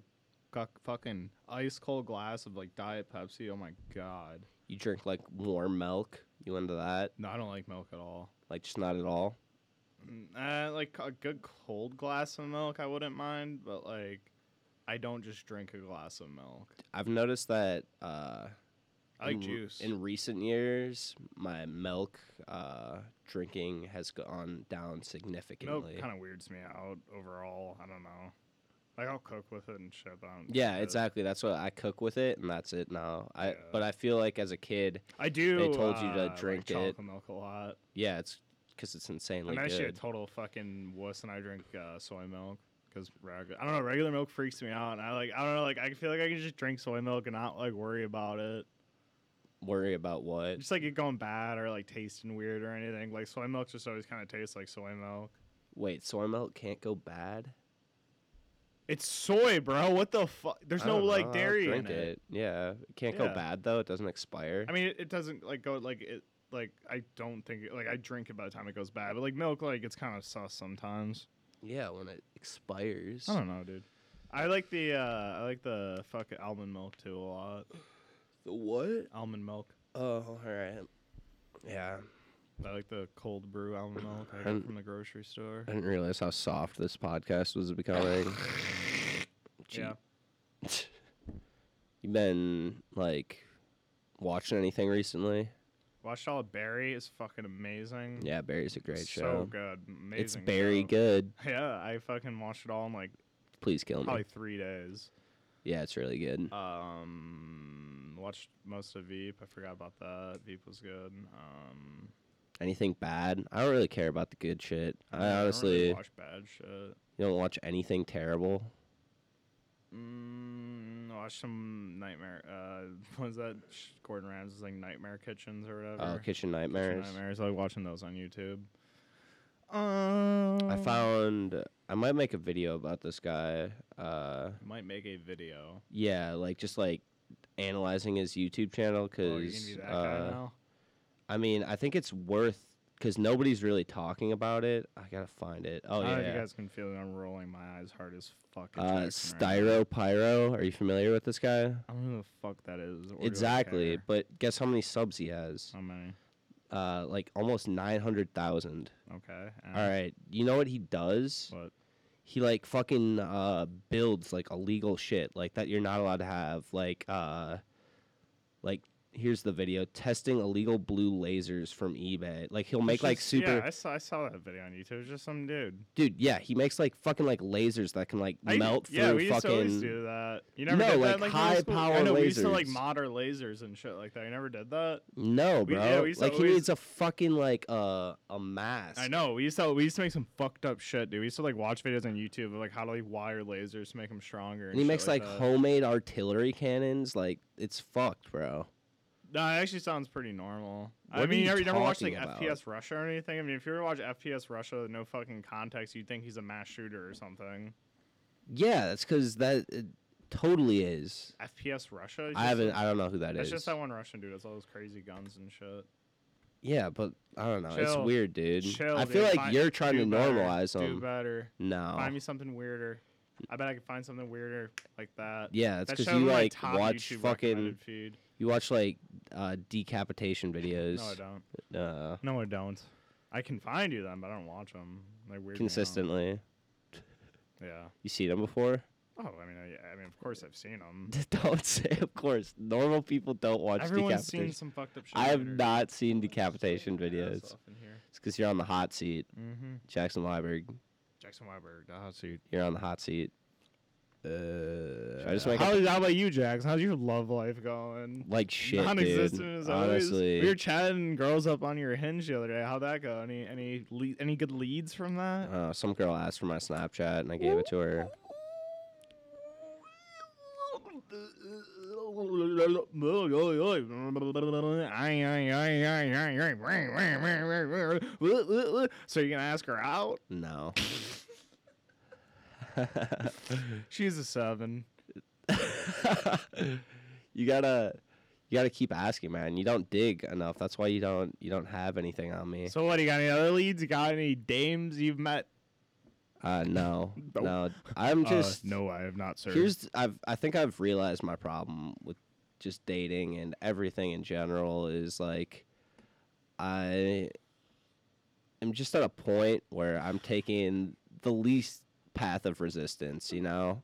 [SPEAKER 4] cuck- fucking ice cold glass of like diet Pepsi. Oh my god.
[SPEAKER 3] You drink like warm milk. You into that?
[SPEAKER 4] No, I don't like milk at all.
[SPEAKER 3] Like just not at all.
[SPEAKER 4] Mm, Uh, like a good cold glass of milk, I wouldn't mind, but like, I don't just drink a glass of milk.
[SPEAKER 3] I've noticed that uh,
[SPEAKER 4] I like
[SPEAKER 3] in, re-
[SPEAKER 4] juice.
[SPEAKER 3] in recent years, my milk uh, drinking has gone down
[SPEAKER 4] milk
[SPEAKER 3] significantly.
[SPEAKER 4] kind of weirds me out overall. I don't know. Like I'll cook with it and shit, but I don't
[SPEAKER 3] yeah,
[SPEAKER 4] drink it.
[SPEAKER 3] exactly. That's what I cook with it, and that's it now. I
[SPEAKER 4] Yeah.
[SPEAKER 3] but I feel like as a kid,
[SPEAKER 4] I do.
[SPEAKER 3] told you to
[SPEAKER 4] uh, like
[SPEAKER 3] drink it.
[SPEAKER 4] chocolate milk a lot.
[SPEAKER 3] yeah, it's because it's insanely
[SPEAKER 4] I'm actually a
[SPEAKER 3] good.
[SPEAKER 4] total fucking wuss, and I drink uh, soy milk because I don't know. Regular milk freaks me out, and I like I don't know. Like I feel like I can just drink soy milk and not like worry about it.
[SPEAKER 3] Worry about what?
[SPEAKER 4] Just like it going bad or like tasting weird or anything. Like soy milk just always kind of tastes like soy milk.
[SPEAKER 3] Wait, soy milk can't go bad.
[SPEAKER 4] It's soy, bro. What the fuck? There's
[SPEAKER 3] I
[SPEAKER 4] no
[SPEAKER 3] don't
[SPEAKER 4] like
[SPEAKER 3] know, I'll
[SPEAKER 4] dairy in
[SPEAKER 3] drink
[SPEAKER 4] it.
[SPEAKER 3] Yeah, it can't
[SPEAKER 4] Yeah.
[SPEAKER 3] go bad though. It doesn't expire.
[SPEAKER 4] I mean, it, it doesn't like go like it. Like I don't think it, like I drink it by the time it goes bad, but like milk, like it's kind of sus sometimes.
[SPEAKER 3] yeah, when it expires.
[SPEAKER 4] I don't know, dude. I like the uh I like the fucking almond milk too a lot.
[SPEAKER 3] The what?
[SPEAKER 4] Almond milk.
[SPEAKER 3] Oh, all right. Yeah,
[SPEAKER 4] I like the cold brew almond milk I
[SPEAKER 3] And-
[SPEAKER 4] got from the grocery store.
[SPEAKER 3] I didn't realize how soft this podcast was becoming. Gee,
[SPEAKER 4] Yeah.
[SPEAKER 3] you been like watching anything recently?
[SPEAKER 4] Watched all of Barry is fucking amazing.
[SPEAKER 3] Yeah, Barry's a great
[SPEAKER 4] so
[SPEAKER 3] show.
[SPEAKER 4] good. Amazing.
[SPEAKER 3] it's Barry
[SPEAKER 4] show.
[SPEAKER 3] good.
[SPEAKER 4] Yeah, I fucking watched it all in like
[SPEAKER 3] Please kill me.
[SPEAKER 4] probably three days.
[SPEAKER 3] Yeah, it's really good.
[SPEAKER 4] Um, watched most of Veep. I forgot about that. Veep was good. Um,
[SPEAKER 3] Anything bad? I don't really care about the good shit. I
[SPEAKER 4] don't
[SPEAKER 3] honestly
[SPEAKER 4] really watch bad shit.
[SPEAKER 3] you don't watch anything terrible.
[SPEAKER 4] Mm, watched some Nightmare. Uh, was that Sh- Gordon Ramsay's like Nightmare Kitchens or whatever?
[SPEAKER 3] Oh, Kitchen Nightmares.
[SPEAKER 4] Kitchen Nightmares. I like watching those on YouTube. Um,
[SPEAKER 3] I found I might make a video about this guy. Uh,
[SPEAKER 4] might make a video.
[SPEAKER 3] yeah, like just like analyzing his YouTube channel
[SPEAKER 4] Oh, you're
[SPEAKER 3] because
[SPEAKER 4] gonna be that guy
[SPEAKER 3] uh,
[SPEAKER 4] now.
[SPEAKER 3] I mean I think it's worth because nobody's really talking about it. I gotta find it. Oh
[SPEAKER 4] I don't know if you
[SPEAKER 3] yeah,
[SPEAKER 4] guys can feel it. I'm rolling my eyes hard as fuck. at
[SPEAKER 3] uh,
[SPEAKER 4] Jackson right now.
[SPEAKER 3] Styro Pyro. Are you familiar with this guy?
[SPEAKER 4] I don't know who the fuck that is. or do I
[SPEAKER 3] Exactly,
[SPEAKER 4] care?
[SPEAKER 3] but guess how many subs he has?
[SPEAKER 4] How many?
[SPEAKER 3] Uh, like almost nine hundred thousand.
[SPEAKER 4] Okay. and
[SPEAKER 3] All right, you know what he does?
[SPEAKER 4] What?
[SPEAKER 3] he like fucking uh builds like illegal shit like that you're not allowed to have like uh like here's the video testing illegal blue lasers from ebay like he'll make
[SPEAKER 4] It's
[SPEAKER 3] like
[SPEAKER 4] just-
[SPEAKER 3] super
[SPEAKER 4] Yeah, I saw, I saw that video on YouTube. It was just some dude.
[SPEAKER 3] dude yeah he makes like fucking like lasers that can like
[SPEAKER 4] I-
[SPEAKER 3] melt
[SPEAKER 4] yeah,
[SPEAKER 3] through
[SPEAKER 4] we used to
[SPEAKER 3] fucking
[SPEAKER 4] always do that. You never
[SPEAKER 3] No,
[SPEAKER 4] did
[SPEAKER 3] like,
[SPEAKER 4] that, like in
[SPEAKER 3] high
[SPEAKER 4] middle school?
[SPEAKER 3] power
[SPEAKER 4] I know, We used to like
[SPEAKER 3] lasers.
[SPEAKER 4] mod our lasers and shit like that. You never did that.
[SPEAKER 3] no
[SPEAKER 4] We-
[SPEAKER 3] bro
[SPEAKER 4] yeah, we used to
[SPEAKER 3] like he
[SPEAKER 4] always-
[SPEAKER 3] needs a fucking like uh a mask
[SPEAKER 4] I know. We used to we used to make some fucked up shit, dude. We used to like watch videos on YouTube of like how to like wire lasers to make them stronger. And,
[SPEAKER 3] and he
[SPEAKER 4] shit
[SPEAKER 3] makes like,
[SPEAKER 4] like, that.
[SPEAKER 3] homemade artillery cannons like it's fucked bro
[SPEAKER 4] No, it actually sounds pretty normal.
[SPEAKER 3] What
[SPEAKER 4] I
[SPEAKER 3] are
[SPEAKER 4] mean,
[SPEAKER 3] you
[SPEAKER 4] you never, you never watched like
[SPEAKER 3] talking about?
[SPEAKER 4] FPS Russia or anything. I mean, if you were to watch FPS Russia with no fucking context, you'd think he's a mass shooter or something.
[SPEAKER 3] yeah that's because that it totally is
[SPEAKER 4] FPS Russia. is
[SPEAKER 3] I
[SPEAKER 4] just-
[SPEAKER 3] haven't. I don't know who that is.
[SPEAKER 4] That's just that one Russian dude. That's all those crazy guns and shit.
[SPEAKER 3] Yeah, but I don't know. It's
[SPEAKER 4] Chill.
[SPEAKER 3] weird, dude.
[SPEAKER 4] Chill.
[SPEAKER 3] I feel
[SPEAKER 4] dude.
[SPEAKER 3] like
[SPEAKER 4] Fi-
[SPEAKER 3] you're trying
[SPEAKER 4] do
[SPEAKER 3] to
[SPEAKER 4] better,
[SPEAKER 3] normalize Oh.
[SPEAKER 4] Do
[SPEAKER 3] them.
[SPEAKER 4] better.
[SPEAKER 3] No.
[SPEAKER 4] Find me something weirder. I bet I could find something weirder like that.
[SPEAKER 3] Yeah, it's
[SPEAKER 4] That
[SPEAKER 3] because
[SPEAKER 4] showed
[SPEAKER 3] you
[SPEAKER 4] my
[SPEAKER 3] like
[SPEAKER 4] top
[SPEAKER 3] watch
[SPEAKER 4] YouTube
[SPEAKER 3] fucking
[SPEAKER 4] recommended feed.
[SPEAKER 3] you watch like uh, decapitation videos.
[SPEAKER 4] No, I don't.
[SPEAKER 3] Uh,
[SPEAKER 4] No, I don't. I can find you them, but I don't watch them. They weird. me out.
[SPEAKER 3] consistently.
[SPEAKER 4] Yeah.
[SPEAKER 3] You seen them before?
[SPEAKER 4] Oh, I mean, I, I mean, of course I've seen them.
[SPEAKER 3] don't say. Of course, normal people don't watch
[SPEAKER 4] Everyone's
[SPEAKER 3] decapitation.
[SPEAKER 4] seen some fucked up shit.
[SPEAKER 3] I have
[SPEAKER 4] later.
[SPEAKER 3] not seen decapitation videos. It's because you're on the hot seat,
[SPEAKER 4] Mm-hmm.
[SPEAKER 3] Jackson Weiberg.
[SPEAKER 4] Jackson Weiberg, the hot seat.
[SPEAKER 3] You're on the hot seat. Uh, I just
[SPEAKER 4] Yeah.
[SPEAKER 3] make
[SPEAKER 4] how,
[SPEAKER 3] up,
[SPEAKER 4] how about you, Jax? How's your love life going?
[SPEAKER 3] like shit,
[SPEAKER 4] non-existent
[SPEAKER 3] dude.
[SPEAKER 4] as always.
[SPEAKER 3] Honestly,
[SPEAKER 4] We were chatting girls up on your hinge the other day. How'd that go? Any any le- any good leads from that?
[SPEAKER 3] Uh, some girl asked for my Snapchat and I gave it to her.
[SPEAKER 4] So you're gonna ask her out?
[SPEAKER 3] No.
[SPEAKER 4] She's a seven.
[SPEAKER 3] you gotta, you gotta keep asking, man. You don't dig enough. That's why you don't, you don't have anything on me.
[SPEAKER 4] So what? You got any other leads? You got any dames you've met?
[SPEAKER 3] Uh, no,
[SPEAKER 4] Nope.
[SPEAKER 3] no. I'm
[SPEAKER 4] Uh,
[SPEAKER 3] just
[SPEAKER 4] no, I have not, sir.
[SPEAKER 3] Here's th- I've I think I've realized my problem with just dating and everything in general is like I am just at a point where I'm taking the least path of resistance, you know?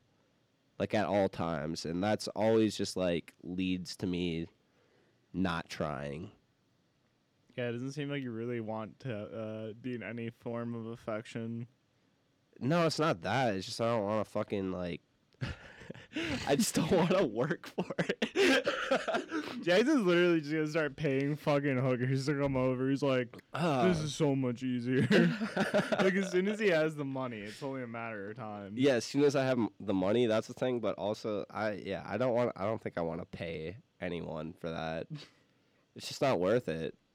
[SPEAKER 3] Like at all times and that's always just like leads to me not trying.
[SPEAKER 4] yeah, it doesn't seem like you really want to uh, be in any form of affection.
[SPEAKER 3] No, it's not that. It's just I don't want to fucking like I just don't want to work for it.
[SPEAKER 4] Jackson's literally just gonna start paying fucking hookers to come over. He's like,
[SPEAKER 3] Ah.
[SPEAKER 4] this is so much easier. like as soon as he has the money, it's only a matter of time.
[SPEAKER 3] yeah, as soon as I have m- the money, that's the thing. But also, I yeah, I don't want. I don't think I want to pay anyone for that. it's just not worth it.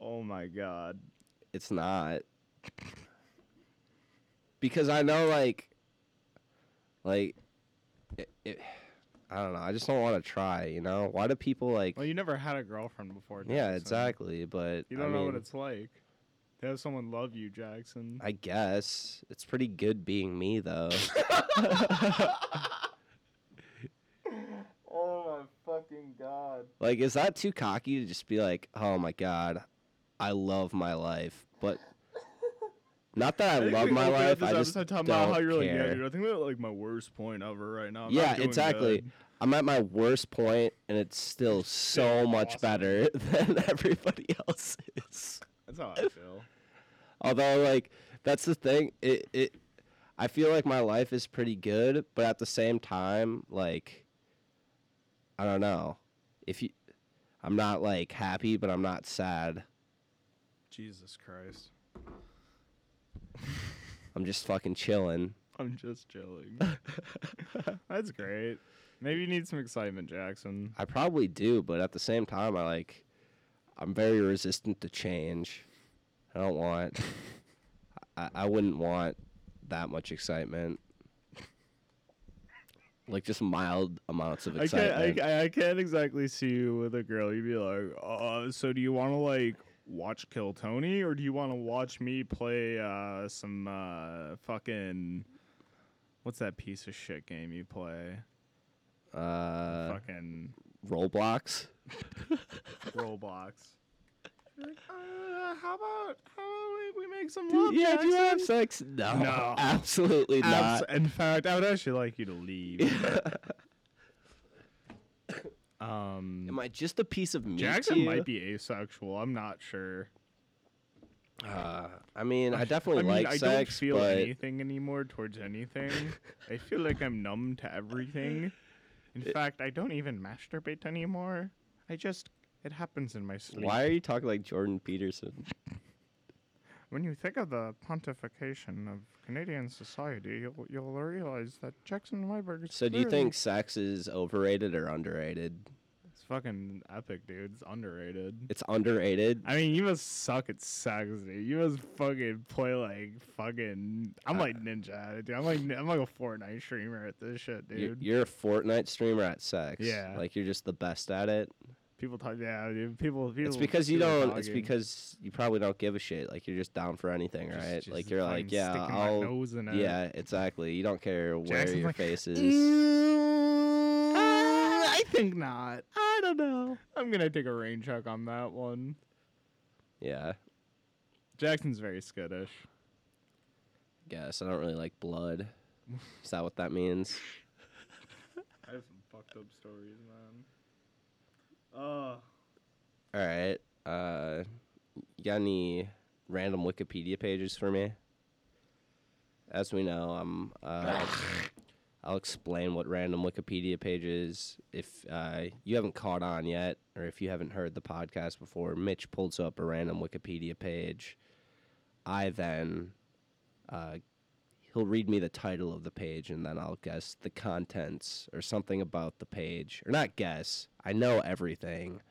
[SPEAKER 4] Oh my god.
[SPEAKER 3] It's not because I know like, like, it, it, I don't know. I just don't want to try. You know, why do people like?
[SPEAKER 4] Well, you never had a girlfriend before.
[SPEAKER 3] yeah,
[SPEAKER 4] Jackson.
[SPEAKER 3] exactly. But
[SPEAKER 4] You don't
[SPEAKER 3] I
[SPEAKER 4] know what
[SPEAKER 3] mean,
[SPEAKER 4] it's like to have someone love you, Jackson.
[SPEAKER 3] I guess it's pretty good being me though.
[SPEAKER 4] Oh my fucking god.
[SPEAKER 3] Like, is that too cocky to just be like, oh my god, I love my life, but Not that I,
[SPEAKER 4] think
[SPEAKER 3] love
[SPEAKER 4] we
[SPEAKER 3] my
[SPEAKER 4] opened up
[SPEAKER 3] life.
[SPEAKER 4] This
[SPEAKER 3] I just
[SPEAKER 4] episode
[SPEAKER 3] don't
[SPEAKER 4] talking about how you're like, yeah,
[SPEAKER 3] care.
[SPEAKER 4] dude. I think we're at, like my worst point ever right now. I'm not
[SPEAKER 3] yeah,
[SPEAKER 4] doing
[SPEAKER 3] exactly.
[SPEAKER 4] good."
[SPEAKER 3] I'm at my worst point, and it's still so much
[SPEAKER 4] awesome.
[SPEAKER 3] better than everybody else's.
[SPEAKER 4] That's how I feel.
[SPEAKER 3] Although, like, that's the thing. It, it, I feel like my life is pretty good, but at the same time, like, I don't know. If you, I'm not like happy, but I'm not sad.
[SPEAKER 4] Jesus Christ.
[SPEAKER 3] I'm just fucking chilling.
[SPEAKER 4] I'm just chilling. That's great. Maybe you need some excitement, Jackson.
[SPEAKER 3] I probably do, but at the same time, I like, I'm very resistant to change. I don't want, I, I wouldn't want that much excitement. Like just mild amounts of
[SPEAKER 4] I can't,
[SPEAKER 3] excitement.
[SPEAKER 4] I, I- I can't exactly see you with a girl. You'd be like, uh, so do you want to like watch Kill Tony or do you want to watch me play uh, some uh, fucking. What's that piece of shit game you play?
[SPEAKER 3] uh,
[SPEAKER 4] fucking
[SPEAKER 3] Roblox.
[SPEAKER 4] Roblox. You're like, uh, how about how about we, we make some
[SPEAKER 3] Do-
[SPEAKER 4] love?
[SPEAKER 3] yeah, do you have
[SPEAKER 4] Oh, Jackson?"
[SPEAKER 3] sex? No,
[SPEAKER 4] No.
[SPEAKER 3] absolutely not.
[SPEAKER 4] Abs- in fact, I would actually like you to leave. um,
[SPEAKER 3] Am I just a piece of meat? to
[SPEAKER 4] Jackson
[SPEAKER 3] you?
[SPEAKER 4] might be asexual. I'm not sure.
[SPEAKER 3] Uh, I mean, I definitely
[SPEAKER 4] I mean,
[SPEAKER 3] like
[SPEAKER 4] I don't
[SPEAKER 3] sex,
[SPEAKER 4] feel
[SPEAKER 3] but
[SPEAKER 4] anything anymore towards anything. I feel like I'm numb to everything. In fact, I don't even masturbate anymore. I just it happens in my sleep.
[SPEAKER 3] why are you talking like Jordan Peterson?
[SPEAKER 4] When you think of the pontification of Canadian society, you'll, you'll realize that Jackson Weiberg is
[SPEAKER 3] So, do you
[SPEAKER 4] clearly-
[SPEAKER 3] think sex is overrated or underrated?
[SPEAKER 4] it's fucking epic, dude? It's underrated.
[SPEAKER 3] It's underrated.
[SPEAKER 4] I mean, you must suck at sex, dude. You must fucking play like fucking.
[SPEAKER 3] Uh,
[SPEAKER 4] I'm like ninja, at it, dude. I'm like I'm like a Fortnite streamer at this shit,
[SPEAKER 3] You're,
[SPEAKER 4] dude.
[SPEAKER 3] you're a Fortnite streamer at sex.
[SPEAKER 4] Yeah.
[SPEAKER 3] like you're just the best at it.
[SPEAKER 4] people talk, yeah, dude. People, people
[SPEAKER 3] It's because you
[SPEAKER 4] people
[SPEAKER 3] don't. It's
[SPEAKER 4] talking.
[SPEAKER 3] because you probably don't give a shit. Like you're just down for anything,
[SPEAKER 4] Just-
[SPEAKER 3] right?
[SPEAKER 4] just
[SPEAKER 3] like you're like,
[SPEAKER 4] fucking
[SPEAKER 3] yeah,
[SPEAKER 4] sticking my
[SPEAKER 3] I'll.
[SPEAKER 4] nose in it.
[SPEAKER 3] Yeah, exactly. You don't care where
[SPEAKER 4] Jackson's
[SPEAKER 3] your
[SPEAKER 4] like,
[SPEAKER 3] face
[SPEAKER 4] Mm,
[SPEAKER 3] is.
[SPEAKER 4] I think not.
[SPEAKER 3] I don't know.
[SPEAKER 4] I'm gonna take a rain check on that one.
[SPEAKER 3] Yeah,
[SPEAKER 4] Jackson's very skittish.
[SPEAKER 3] guess I don't really like blood. Is that what that means?
[SPEAKER 4] I have some fucked up stories, man. Uh,
[SPEAKER 3] All right. Uh, you got any random Wikipedia pages for me? As we know, I'm. Uh, I'll explain what random Wikipedia page is. If uh, you haven't caught on yet, or if you haven't heard the podcast before, Mitch pulls up a random Wikipedia page. I then, uh, he'll read me the title of the page, and then I'll guess the contents or something about the page, or not guess. I know everything,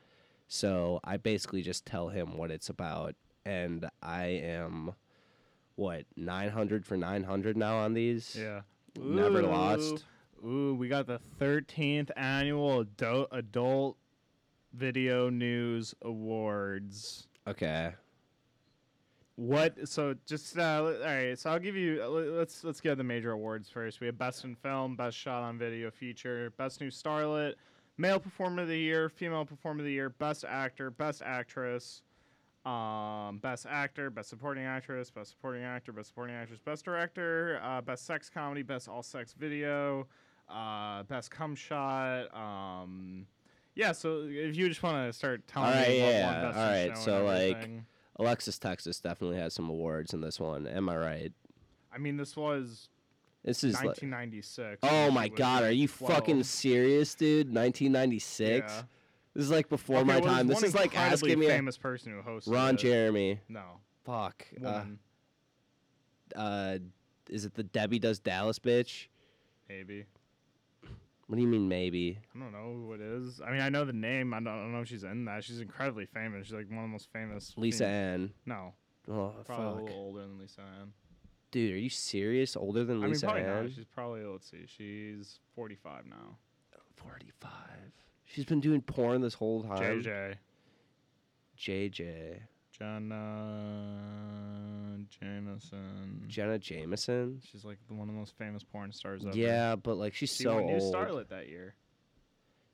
[SPEAKER 3] so I basically just tell him what it's about, and I am, what nine hundred for nine hundred now on these.
[SPEAKER 4] yeah.
[SPEAKER 3] Never lost.
[SPEAKER 4] Ooh, we got the 13th annual adult, adult Video News Awards.
[SPEAKER 3] Okay.
[SPEAKER 4] What? So just uh, all right. So I'll give you. uh, le- Let's let's get the major awards first. We have best in film, best shot on video feature, best new starlet, male performer of the year, female performer of the year, best actor, best actress, um, best actor, best supporting actress, best supporting actor, best supporting actress, best director, uh, best sex comedy, best all sex video, uh, best cum shot. Um, yeah. So if you just want to start telling
[SPEAKER 3] All right,
[SPEAKER 4] me, what
[SPEAKER 3] yeah,
[SPEAKER 4] won best
[SPEAKER 3] all
[SPEAKER 4] in
[SPEAKER 3] right,
[SPEAKER 4] show
[SPEAKER 3] so,
[SPEAKER 4] and
[SPEAKER 3] like,
[SPEAKER 4] everything.
[SPEAKER 3] Alexis Texas definitely has some awards in this one. Am I right?
[SPEAKER 4] I mean, this was
[SPEAKER 3] This is like,
[SPEAKER 4] 1996.
[SPEAKER 3] oh
[SPEAKER 4] when
[SPEAKER 3] my
[SPEAKER 4] she was
[SPEAKER 3] god, are you
[SPEAKER 4] 12.
[SPEAKER 3] fucking serious, dude? 1996.
[SPEAKER 4] Yeah.
[SPEAKER 3] This is like before
[SPEAKER 4] Okay,
[SPEAKER 3] my
[SPEAKER 4] well, there's
[SPEAKER 3] time. This
[SPEAKER 4] one
[SPEAKER 3] is like
[SPEAKER 4] incredibly
[SPEAKER 3] asking me a-
[SPEAKER 4] famous uh, person who hosted
[SPEAKER 3] Ron
[SPEAKER 4] it.
[SPEAKER 3] Jeremy.
[SPEAKER 4] No,
[SPEAKER 3] Fuck. Uh,
[SPEAKER 4] woman,
[SPEAKER 3] uh, is it the Debbie Does Dallas bitch?
[SPEAKER 4] maybe.
[SPEAKER 3] What do you mean maybe?
[SPEAKER 4] I don't know who it is. I mean, I know the name. I don't, I don't know if she's in that. She's incredibly famous. She's like one of the most famous.
[SPEAKER 3] Lisa
[SPEAKER 4] fem-
[SPEAKER 3] Ann.
[SPEAKER 4] No,
[SPEAKER 3] Oh
[SPEAKER 4] probably a
[SPEAKER 3] fuck,
[SPEAKER 4] little older than Lisa Ann.
[SPEAKER 3] dude, are you serious? Older than
[SPEAKER 4] I mean,
[SPEAKER 3] Lisa
[SPEAKER 4] probably
[SPEAKER 3] Ann?
[SPEAKER 4] not. She's probably let's see. She's 45 now.
[SPEAKER 3] 45. She's been doing porn this whole time.
[SPEAKER 4] JJ,
[SPEAKER 3] JJ.
[SPEAKER 4] Jenna Jameson.
[SPEAKER 3] Jenna Jameson.
[SPEAKER 4] She's like the one of the most famous porn stars ever.
[SPEAKER 3] Yeah, but like she's
[SPEAKER 4] she
[SPEAKER 3] so
[SPEAKER 4] won new
[SPEAKER 3] old.
[SPEAKER 4] starlet that year.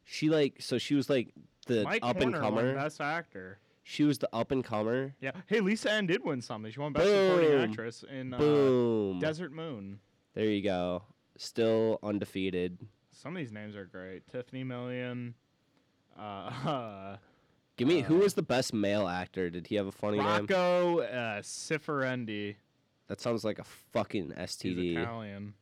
[SPEAKER 3] She like so she was like the
[SPEAKER 4] Mike
[SPEAKER 3] up and
[SPEAKER 4] Horner won
[SPEAKER 3] comer.
[SPEAKER 4] Best Actor.
[SPEAKER 3] She was the up and comer.
[SPEAKER 4] Yeah. Hey, Lisa Ann did win something. She won Best Supporting
[SPEAKER 3] Boom.
[SPEAKER 4] Actress in uh,
[SPEAKER 3] Boom.
[SPEAKER 4] Desert Moon.
[SPEAKER 3] there you go. Still undefeated.
[SPEAKER 4] Some of these names are great. Tiffany Million. Uh,
[SPEAKER 3] Give me who
[SPEAKER 4] Uh,
[SPEAKER 3] was the best male actor? Did he have a funny name?
[SPEAKER 4] Rocco uh, Cifarendi.
[SPEAKER 3] That sounds like a fucking
[SPEAKER 4] He's
[SPEAKER 3] STD.
[SPEAKER 4] Italian.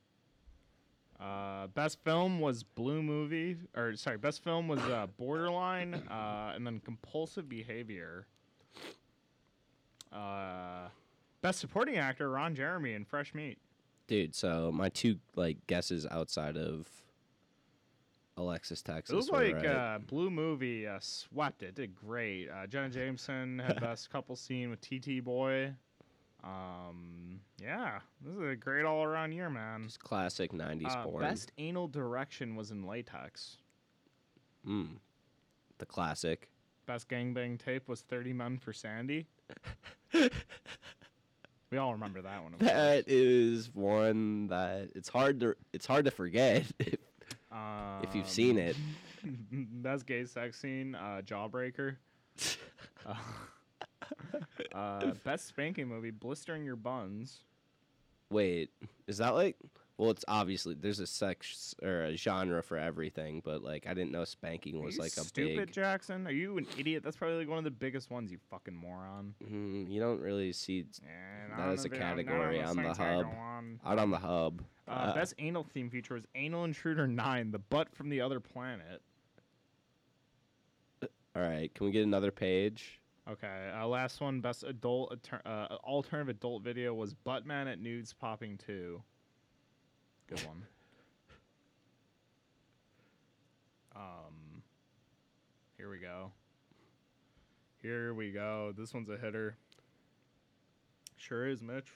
[SPEAKER 4] Uh, best film was Blue Movie, or sorry, best film was uh, Borderline, uh, and then Compulsive Behavior. Uh, best supporting actor Ron Jeremy in Fresh Meat.
[SPEAKER 3] Dude, so my two like guesses outside of Alexis Texas.
[SPEAKER 4] It was
[SPEAKER 3] were
[SPEAKER 4] like
[SPEAKER 3] right.
[SPEAKER 4] uh, Blue Movie uh, swept it, did great. Uh, Jenna Jameson had best couple scene with TT Boy. Um, yeah, this is a great all around year, man.
[SPEAKER 3] just classic '90s
[SPEAKER 4] Uh,
[SPEAKER 3] porn.
[SPEAKER 4] best anal direction was in latex.
[SPEAKER 3] Mm. The classic.
[SPEAKER 4] Best gangbang tape was 30 Men for Sandy. we all remember that one. Of
[SPEAKER 3] That
[SPEAKER 4] course.
[SPEAKER 3] is one that it's hard to it's hard to forget if, if you've seen
[SPEAKER 4] Um,
[SPEAKER 3] it.
[SPEAKER 4] Best gay sex scene, uh, Jawbreaker. uh, uh, best spanking movie, Blistering Your Buns.
[SPEAKER 3] Wait, is that like? Well, it's obviously there's a sex or a genre for everything, but like I didn't know spanking
[SPEAKER 4] Are
[SPEAKER 3] was
[SPEAKER 4] you
[SPEAKER 3] like a
[SPEAKER 4] stupid,
[SPEAKER 3] big.
[SPEAKER 4] Jackson? Are you an idiot? That's probably like one of the biggest ones, you fucking moron.
[SPEAKER 3] Mm, you don't really see
[SPEAKER 4] And
[SPEAKER 3] That
[SPEAKER 4] I'm
[SPEAKER 3] is a
[SPEAKER 4] the- I'm not
[SPEAKER 3] category on the
[SPEAKER 4] listening to
[SPEAKER 3] hub.
[SPEAKER 4] one.
[SPEAKER 3] out on the hub.
[SPEAKER 4] Uh, best anal theme feature was Anal Intruder 9, The Butt from the Other Planet.
[SPEAKER 3] All right, can we get another page?
[SPEAKER 4] Okay. Uh, last one, best adult alter- uh, alternative adult video was Buttman at Nudes Popping Two. Good one. um, here we go. Here we go. This one's a hitter. Sure is, Mitch.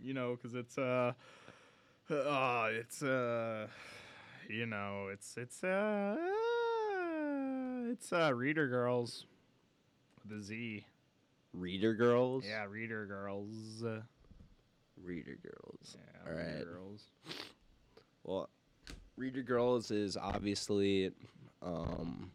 [SPEAKER 4] you know, because it's uh, uh, it's uh, you know, it's it's uh, it's uh, reader girls, with a Z.
[SPEAKER 3] Reader girls.
[SPEAKER 4] Yeah, reader girls. Yeah,
[SPEAKER 3] Reader girls. All
[SPEAKER 4] reader
[SPEAKER 3] right.
[SPEAKER 4] girls.
[SPEAKER 3] Well, Reader Girls is obviously um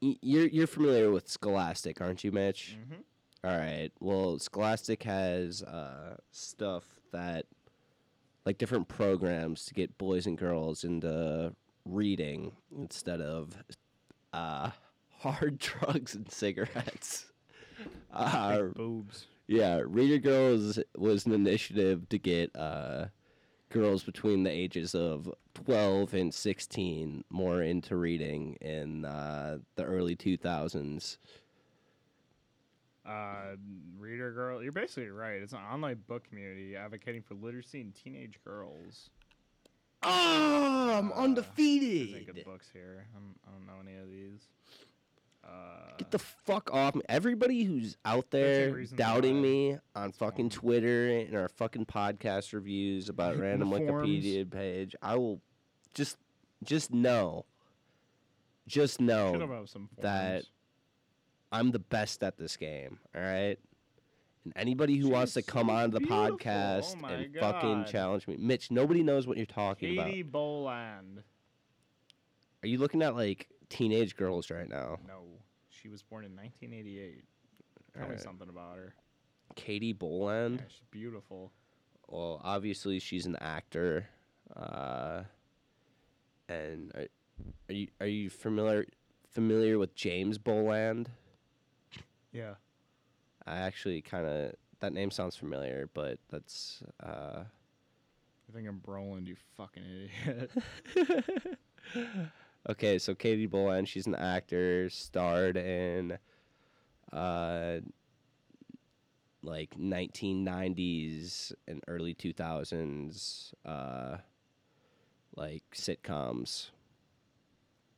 [SPEAKER 3] y- you're you're familiar with Scholastic, aren't you, Mitch?
[SPEAKER 4] Mhm.
[SPEAKER 3] All right. Well, Scholastic has uh stuff that like different programs to get boys and girls into reading instead of uh hard drugs and cigarettes. Uh,
[SPEAKER 4] Boobs.
[SPEAKER 3] yeah, Reader Girls was an initiative to get uh, girls between the ages of 12 and 16 more into reading in uh, the early 2000s.
[SPEAKER 4] Uh, reader girl. You're basically right. It's an online book community advocating for literacy in teenage girls.
[SPEAKER 3] Oh,
[SPEAKER 4] I'm
[SPEAKER 3] I'm
[SPEAKER 4] Uh, There's any good
[SPEAKER 3] undefeated.
[SPEAKER 4] books here. I'm, I don't know any of these. Uh,
[SPEAKER 3] Get the fuck off me. Everybody who's out there
[SPEAKER 4] reasons
[SPEAKER 3] doubting
[SPEAKER 4] why.
[SPEAKER 3] me on
[SPEAKER 4] It's
[SPEAKER 3] fucking
[SPEAKER 4] fine.
[SPEAKER 3] Twitter and our fucking podcast reviews about
[SPEAKER 4] The
[SPEAKER 3] random
[SPEAKER 4] forums.
[SPEAKER 3] Wikipedia page, I will just just know. Just know.
[SPEAKER 4] should have up some forms.
[SPEAKER 3] that- I'm the best at this game. All right. And anybody who wants to
[SPEAKER 4] She's
[SPEAKER 3] come
[SPEAKER 4] so
[SPEAKER 3] on the
[SPEAKER 4] beautiful.
[SPEAKER 3] podcast
[SPEAKER 4] Oh my
[SPEAKER 3] and fucking
[SPEAKER 4] God.
[SPEAKER 3] challenge me, Mitch. Nobody knows what you're talking about.
[SPEAKER 4] Katie Boland.
[SPEAKER 3] Are you looking at like teenage girls right now?
[SPEAKER 4] No, she was born in 1988. Tell me
[SPEAKER 3] Alright.
[SPEAKER 4] something about her.
[SPEAKER 3] Katie
[SPEAKER 4] Yeah,
[SPEAKER 3] Boland.
[SPEAKER 4] she's beautiful.
[SPEAKER 3] Well, obviously she's an actor. Uh, and are, are you are you familiar familiar with James Boland?
[SPEAKER 4] Yeah.
[SPEAKER 3] I actually kind of that name sounds familiar, but that's uh,
[SPEAKER 4] I think I'm Broland, you fucking idiot.
[SPEAKER 3] Okay, so Katie Boland, she's an actor, starred in uh like 1990s and early 2000s uh like sitcoms.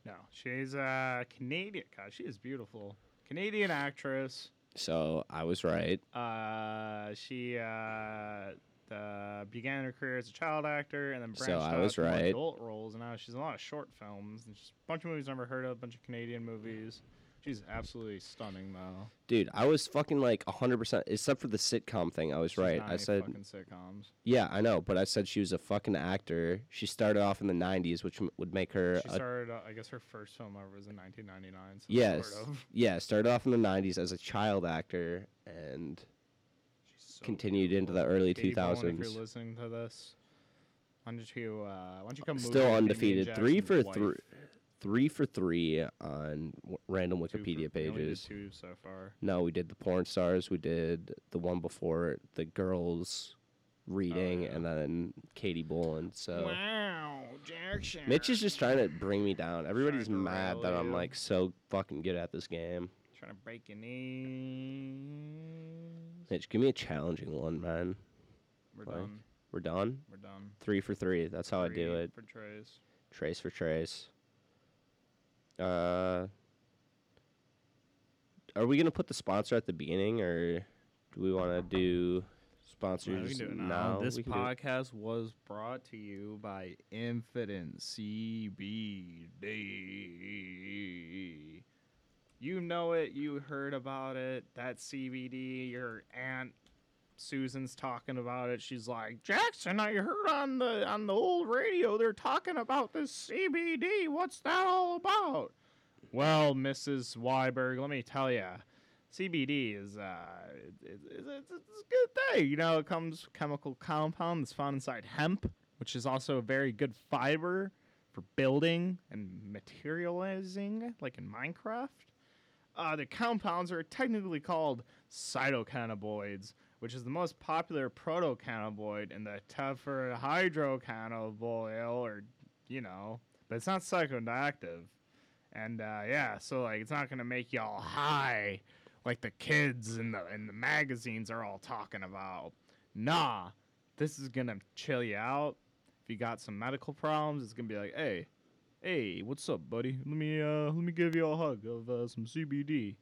[SPEAKER 4] no, she's uh, Canadian. God, she is beautiful. Canadian actress.
[SPEAKER 3] So I was right.
[SPEAKER 4] Uh, she uh, uh, began her career as a child actor and then
[SPEAKER 3] So
[SPEAKER 4] branched
[SPEAKER 3] I
[SPEAKER 4] out
[SPEAKER 3] was
[SPEAKER 4] to more
[SPEAKER 3] right.
[SPEAKER 4] adult roles. And now she's in a lot of short films and just a bunch of movies I've never heard of, a bunch of Canadian movies. She's absolutely stunning, though.
[SPEAKER 3] Dude, I was fucking like 100%, except for the sitcom thing. I was
[SPEAKER 4] She's
[SPEAKER 3] right.
[SPEAKER 4] not
[SPEAKER 3] I
[SPEAKER 4] any
[SPEAKER 3] said,
[SPEAKER 4] fucking sitcoms.
[SPEAKER 3] yeah, I know, but I said she was a fucking actor. She started off in the 90s, which m- would make her.
[SPEAKER 4] She
[SPEAKER 3] a,
[SPEAKER 4] started. Uh, I guess her first film ever was in 1999. So
[SPEAKER 3] yes.
[SPEAKER 4] Sort of.
[SPEAKER 3] Yeah, started off in the 90s as a child actor and
[SPEAKER 4] She's so
[SPEAKER 3] continued into the early
[SPEAKER 4] Katie Bowen, If
[SPEAKER 3] 2000s.
[SPEAKER 4] you're listening to this, why don't you uh, why don't you come? move
[SPEAKER 3] Still
[SPEAKER 4] in, be me and
[SPEAKER 3] undefeated. Three
[SPEAKER 4] Jackson's
[SPEAKER 3] for
[SPEAKER 4] wife.
[SPEAKER 3] three. Three for three on w- random
[SPEAKER 4] Two for-
[SPEAKER 3] Wikipedia
[SPEAKER 4] we only did
[SPEAKER 3] pages.
[SPEAKER 4] two so far.
[SPEAKER 3] No, we did the porn stars. We did the one before it, the girls reading,
[SPEAKER 4] Oh, yeah.
[SPEAKER 3] and then Katie Boland. So
[SPEAKER 4] Wow, Jackson.
[SPEAKER 3] Mitch is just trying to bring me down. Everybody's
[SPEAKER 4] Mm-hmm. to
[SPEAKER 3] mad that
[SPEAKER 4] rally
[SPEAKER 3] I'm
[SPEAKER 4] you.
[SPEAKER 3] like so fucking good at this game.
[SPEAKER 4] trying to break your knees.
[SPEAKER 3] Mitch, give me a challenging one, man.
[SPEAKER 4] We're
[SPEAKER 3] Like,
[SPEAKER 4] done.
[SPEAKER 3] We're done.
[SPEAKER 4] We're done.
[SPEAKER 3] Three for three. That's how I do
[SPEAKER 4] Three
[SPEAKER 3] it.
[SPEAKER 4] For Trace.
[SPEAKER 3] Trace for trace. Uh, are we gonna put the sponsor at the beginning, or do we want to do sponsors
[SPEAKER 4] we can do it now.
[SPEAKER 3] now?
[SPEAKER 4] this
[SPEAKER 3] We can do it-
[SPEAKER 4] podcast was brought to you by Infinite CBD. You know it. You heard about it. That CBD. Your aunt Susan's talking about it. She's like, Jackson, I heard on the on the old radio they're talking about this CBD. What's that all about? Well, Mrs. Weiberg, let me tell you. CBD is uh, it, it, it's, it's it's a good thing. You know, it comes chemical compound that's found inside hemp, which is also a very good fiber for building and materializing, like in Minecraft. Uh, the compounds are technically called cytocannabinoids, which is the most popular protocannabinoid and the tougher hydrocannabinol, or you know, but it's not psychoactive. And uh, yeah, so like it's not gonna make y'all high like the kids in the in the magazines are all talking about. Nah, this is gonna chill you out. If you got some medical problems, it's gonna be like, hey, hey, what's up, buddy? Let me uh let me give you a hug of uh, some CBD.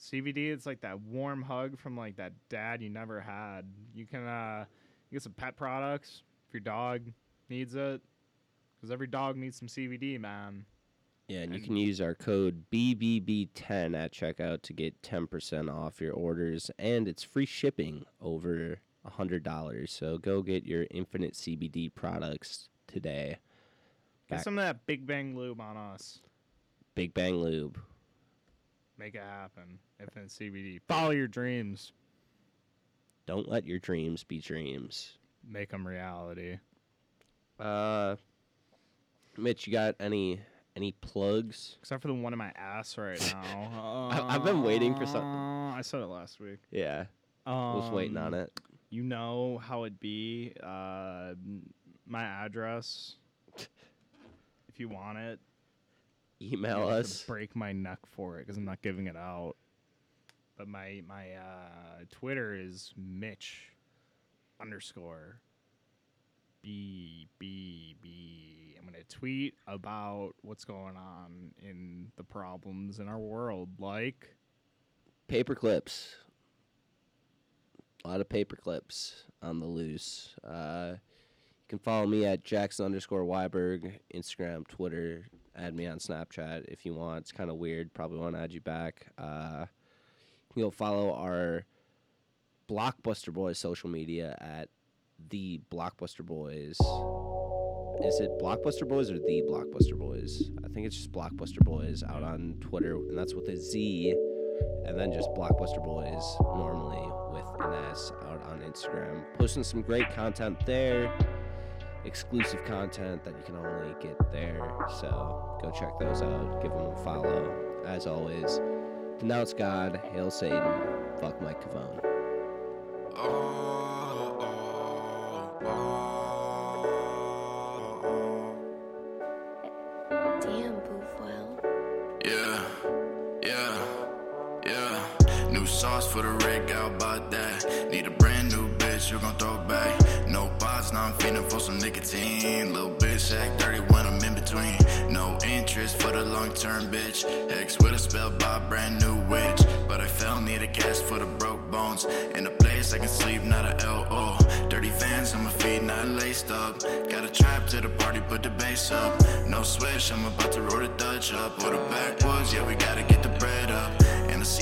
[SPEAKER 4] CBD, it's like that warm hug from like that dad you never had. You can uh you get some pet products if your dog needs it, because every dog needs some CBD, man.
[SPEAKER 3] Yeah, and you
[SPEAKER 4] And-
[SPEAKER 3] can use our code BBB10 at checkout to get 10% off your orders, and it's free shipping over $100. So go get your Infinite CBD products today.
[SPEAKER 4] Get
[SPEAKER 3] Back-
[SPEAKER 4] some of that Big Bang lube on us.
[SPEAKER 3] Big Bang Lube.
[SPEAKER 4] Make it happen. Infinite CBD. Follow your dreams.
[SPEAKER 3] Don't let your dreams be dreams.
[SPEAKER 4] Make them reality.
[SPEAKER 3] Uh, Mitch, you got any any plugs?
[SPEAKER 4] Except for the one in my ass right now.
[SPEAKER 3] I- I've been waiting for some-
[SPEAKER 4] Uh, I said it last week.
[SPEAKER 3] Yeah,
[SPEAKER 4] Um,
[SPEAKER 3] I was waiting on it.
[SPEAKER 4] You know how it'd be. Uh, m- my address. If you want it,
[SPEAKER 3] Email
[SPEAKER 4] I'd have to
[SPEAKER 3] us.
[SPEAKER 4] break my neck for it because I'm not giving it out. But my my uh, Twitter is Mitch underscore B B B. I'm gonna tweet about what's going on in the problems in our world, like
[SPEAKER 3] paper clips. A lot of paper clips on the loose. Uh, you can follow me at Jackson underscore Weiberg, Instagram, Twitter. Add me on Snapchat if you want. It's kind of weird. Probably want to add you back. Uh, you can go follow our Blockbuster Boys social media at the Blockbuster Boys. Is it Blockbuster Boys or the Blockbuster Boys? I think it's just Blockbuster Boys out on Twitter, and that's with a Z and then just Blockbuster Boys normally with an S out on Instagram. Posting some great content there, exclusive content that you can only get there. So go check those out, give them a follow. As always, denounce God, hail Satan, fuck Mike Cavone.
[SPEAKER 5] Oh, oh,
[SPEAKER 2] Damn, Boofwell.
[SPEAKER 5] oh. Yeah, yeah, yeah. New sauce for the rig, how about that? Need a brand new bitch, you gon' throw it back. No bots, now I'm feeling for some nicotine. Little bitch, act dirty when I'm in between. No interest for the long term, bitch. Ex with a spell by brand new witch. But I fell, need a cast for the broke bones. In a place I can sleep, not a LO. Dirty vans on my feet, not laced up. Got a trap to the party, put the bass up. No switch, I'm about to roll the Dutch up. Or the backwoods, yeah, we gotta get the bread up.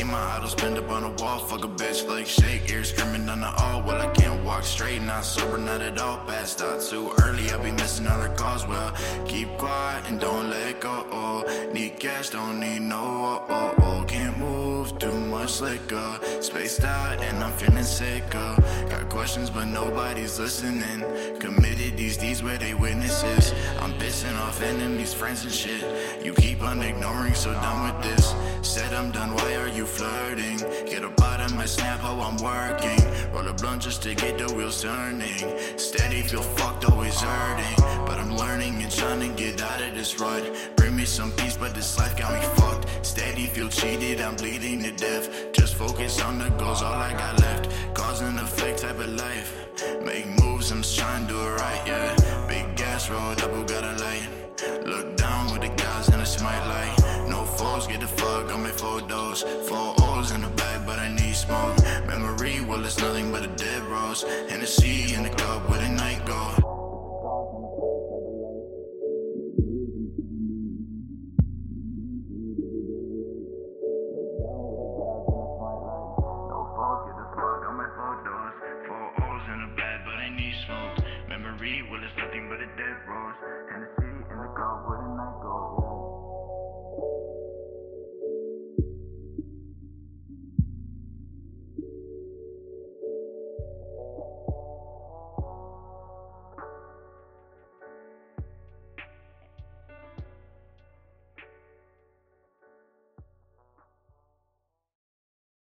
[SPEAKER 5] my idol spend up on a wall. Fuck a bitch like shake. Ears screaming on the all. Well, I can't walk straight. Not sober, not at all. Passed out too early. I'll be missing other calls. Well, keep quiet and don't let go. Oh, need cash, don't need no. Oh, oh, oh. Can't move too much liquor. Spaced out and I'm feeling sick. uh. Got questions, but nobody's listening. Committed these deeds where they witnesses. I'm pissing off enemies, friends, and shit. You keep on ignoring, so done with this. Said I'm done, why are you flirting? Get up out of my snap, how I'm working. Roll a blunt just to get the wheels turning. Steady, feel fucked, always hurting. But I'm learning and trying to get out of this rut. Bring me some peace, but this life got me fucked. Steady, feel cheated, I'm bleeding to death. Just focus on the goals, all I got left. Cause and effect type of life. Make moves, I'm just trying to do it right, yeah. Big gas rolled up, who got a light? Look down with the guys and it's my light. No foes, get the fuck on my four doors. Four O's in the bag, but I need smoke. Memory, well, it's nothing but a dead rose. And the sea in the cup with a night go.